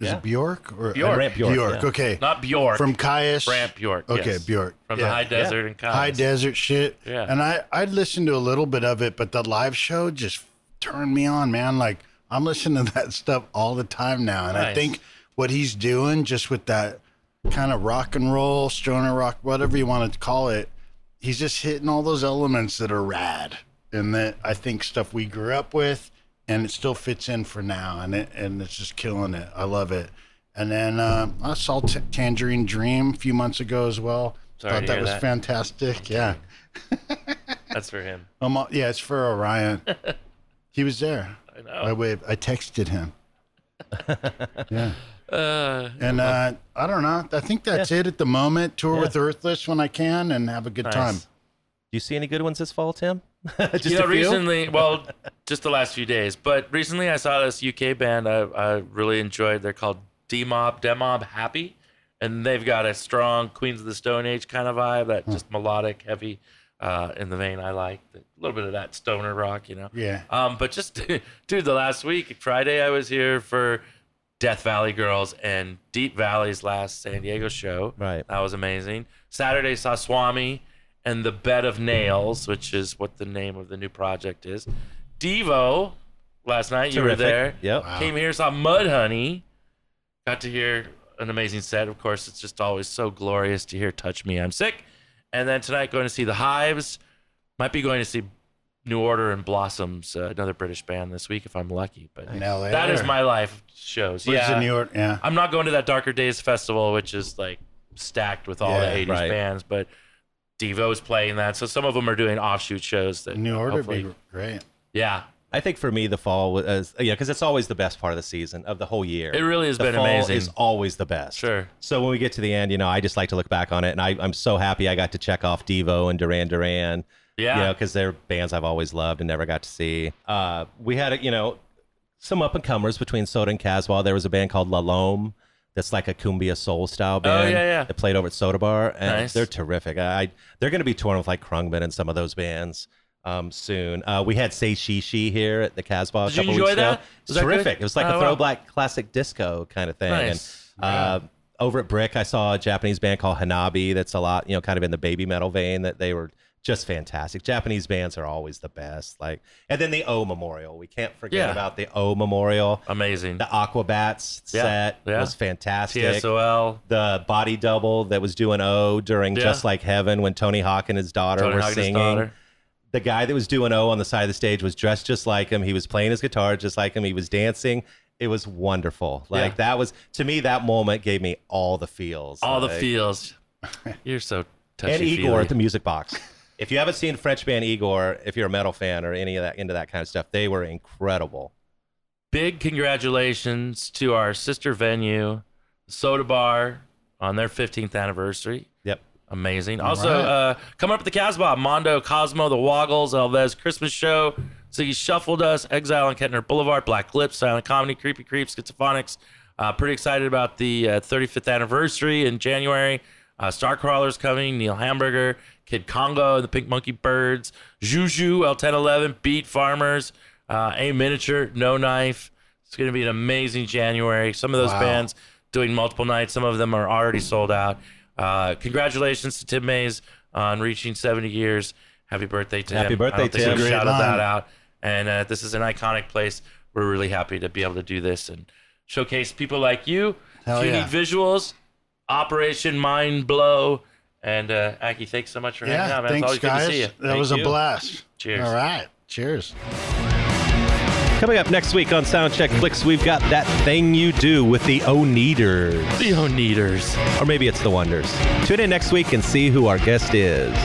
Speaker 2: Is
Speaker 3: Yeah.
Speaker 2: it Bjork or
Speaker 1: Bjork.
Speaker 3: Brant Bjork, yeah.
Speaker 2: Okay.
Speaker 1: Not Bjork.
Speaker 2: From Caius.
Speaker 1: Brant Bjork.
Speaker 2: Okay,
Speaker 1: yes.
Speaker 2: Bjork.
Speaker 1: From the
Speaker 2: Yeah.
Speaker 1: high desert and college.
Speaker 2: high desert shit.
Speaker 1: Yeah.
Speaker 2: And I I listened to a little bit of it, but the live show just turned me on, man. Like I'm listening to that stuff all the time now, and I
Speaker 1: Nice.
Speaker 2: think what he's doing just with that kind of rock and roll, stoner rock, whatever you want to call it, he's just hitting all those elements that are rad, and that I think stuff we grew up with, and it still fits in for now, and it and it's just killing it. I love it. And then uh, I saw T- Tangerine Dream a few months ago as well.
Speaker 1: Sorry
Speaker 2: Thought
Speaker 1: to
Speaker 2: that
Speaker 1: hear
Speaker 2: was
Speaker 1: that.
Speaker 2: fantastic. Yeah.
Speaker 1: That's for him.
Speaker 2: Um, uh, yeah, it's for Orion. he was there.
Speaker 1: I
Speaker 2: I
Speaker 1: know.
Speaker 2: waved. I texted him. yeah.
Speaker 1: Uh,
Speaker 2: And uh, I don't know. I think that's it at the moment. Tour with Earthless when I can and have a good
Speaker 1: Nice.
Speaker 2: time.
Speaker 3: Do you see any good ones this fall, Tim? just
Speaker 1: you know,
Speaker 3: a few?
Speaker 1: recently, well, just the last few days, but recently I saw this UK band I, I really enjoyed. They're called D Mob, Demob Happy, and they've got a strong Queens of the Stone Age kind of vibe that
Speaker 2: Hmm.
Speaker 1: just melodic, heavy, uh, in the vein I like. A little bit of that stoner rock, you know.
Speaker 2: Yeah.
Speaker 1: Um, but just dude, the last week, Friday, I was here for Death Valley Girls and Deep Valley's last San Diego show.
Speaker 3: Right.
Speaker 1: that was amazing. Saturday saw Swami and the Bed of Nails, which is what the name of the new project is. Devo, last night you
Speaker 3: Terrific.
Speaker 1: were there.
Speaker 3: Yep.
Speaker 1: Came here, saw Mudhoney. Got to hear an amazing set. Of course, it's just always so glorious to hear "Touch Me, I'm Sick." And then tonight, going to see the Hives. Might be going to see New Order and Blossoms, uh, another British band this week if I'm lucky. But
Speaker 2: In LA.
Speaker 1: that is my life shows.
Speaker 2: Where's
Speaker 1: yeah, Uh,
Speaker 2: the New York? Yeah.
Speaker 1: I'm not going to that Darker Days festival, which is like stacked with all
Speaker 2: Yeah,
Speaker 1: the 80s
Speaker 3: right.
Speaker 1: bands, but Devo's playing that. So some of them are doing offshoot shows that
Speaker 2: New Order would be
Speaker 1: hopefully-
Speaker 2: great.
Speaker 1: Yeah.
Speaker 3: I think for me, the fall was yeah, because it's always the best part of the season of the whole year.
Speaker 1: It really has
Speaker 3: the
Speaker 1: been
Speaker 3: fall
Speaker 1: amazing.
Speaker 3: Is always the best.
Speaker 1: Sure.
Speaker 3: So when we get to the end, you know, I just like to look back on it, and I, I'm so happy I got to check off Devo and Duran Duran.
Speaker 1: Yeah.
Speaker 3: You know, because they're bands I've always loved and never got to see. Uh, we had, you know, some up and comers between Soda and Caswell. There was a band called La Lome that's like a cumbia soul style band.
Speaker 1: Oh, yeah, yeah.
Speaker 3: That played over at Soda Bar, and
Speaker 1: Nice.
Speaker 3: they're terrific. I, I they're going to be touring with like Krungman and some of those bands. Um, soon uh, we had Say She She here at the Casbah.
Speaker 1: Did you
Speaker 3: a couple
Speaker 1: enjoy
Speaker 3: weeks
Speaker 1: that?
Speaker 3: ago. It
Speaker 1: Was
Speaker 3: was
Speaker 1: that
Speaker 3: terrific.
Speaker 1: good?
Speaker 3: It was like
Speaker 1: Oh,
Speaker 3: a
Speaker 1: wow.
Speaker 3: throwback classic disco kind of thing.
Speaker 1: Nice.
Speaker 3: And, uh, over at Brick, I saw a Japanese band called Hanabi. That's a lot, you know, kind of in the baby metal vein. That they were just fantastic. Japanese bands are always the best. Like, and then the O Memorial. We can't forget
Speaker 1: Yeah.
Speaker 3: about the O Memorial.
Speaker 1: Amazing.
Speaker 3: The Aquabats
Speaker 1: Yeah,
Speaker 3: set
Speaker 1: yeah.
Speaker 3: was fantastic.
Speaker 1: TSOL.
Speaker 3: the body double that was doing O during
Speaker 1: Yeah.
Speaker 3: Just Like Heaven when Tony Hawk and his daughter
Speaker 1: Tony
Speaker 3: were
Speaker 1: Hawk's
Speaker 3: singing
Speaker 1: daughter.
Speaker 3: the guy that was doing O on the side of the stage was dressed just like him. He was playing his guitar just like him. He was dancing. It was wonderful. Like
Speaker 1: Yeah.
Speaker 3: that was to me that moment gave me all the feels.
Speaker 1: All the
Speaker 3: Like-
Speaker 1: feels. You're so touchy.
Speaker 3: And Igor at the music box. If you haven't seen French band Igor, if you're a metal fan or any of that into that kind of stuff, they were incredible.
Speaker 1: big congratulations to our sister venue, Soda Bar, on their 15th anniversary.
Speaker 3: Yep.
Speaker 1: Amazing. Also,
Speaker 2: right.
Speaker 1: uh, come up to the Casbah, Mondo, Cosmo, The Woggles, Elvez Christmas Show, Ziggy Shuffled Us, Exile on Kettner Boulevard, Black Lips, Silent Comedy, Creepy Creeps, Schizophonics. Uh, pretty excited about the uh, 35th anniversary in January. Uh, Starcrawler's coming, Neil Hamburger, Kid Congo, and the Pink Monkey Birds, Juju, L1011, Beat Farmers, uh, A Miniature, No Knife. It's going to be an amazing January. Some of those
Speaker 2: Wow.
Speaker 1: bands doing multiple nights. Some of them are already sold out. Uh, congratulations to Tim Mays on reaching 70 years. Happy birthday, Tim.
Speaker 3: Happy birthday,
Speaker 1: I don't think
Speaker 3: Tim.
Speaker 1: we
Speaker 2: Great
Speaker 1: shouted
Speaker 2: line.
Speaker 1: that out. And uh, this is an iconic place. We're really happy to be able to do this and showcase people like you.
Speaker 2: Hell
Speaker 1: if you
Speaker 2: yeah.
Speaker 1: need visuals, Operation Mind Blow. And uh, Aki, thanks so much for hanging out,
Speaker 2: Yeah,
Speaker 1: man. it's
Speaker 2: thanks,
Speaker 1: always good
Speaker 2: guys.
Speaker 1: to see you.
Speaker 2: That was
Speaker 3: you.
Speaker 2: a blast.
Speaker 1: Cheers.
Speaker 2: All right. Cheers.
Speaker 3: Coming up next week on Soundcheck Flicks, we've got that thing you do with the O Needers.
Speaker 1: Theo Neaters.
Speaker 3: Or maybe it's the Wonders. Tune in next week and see who our guest is.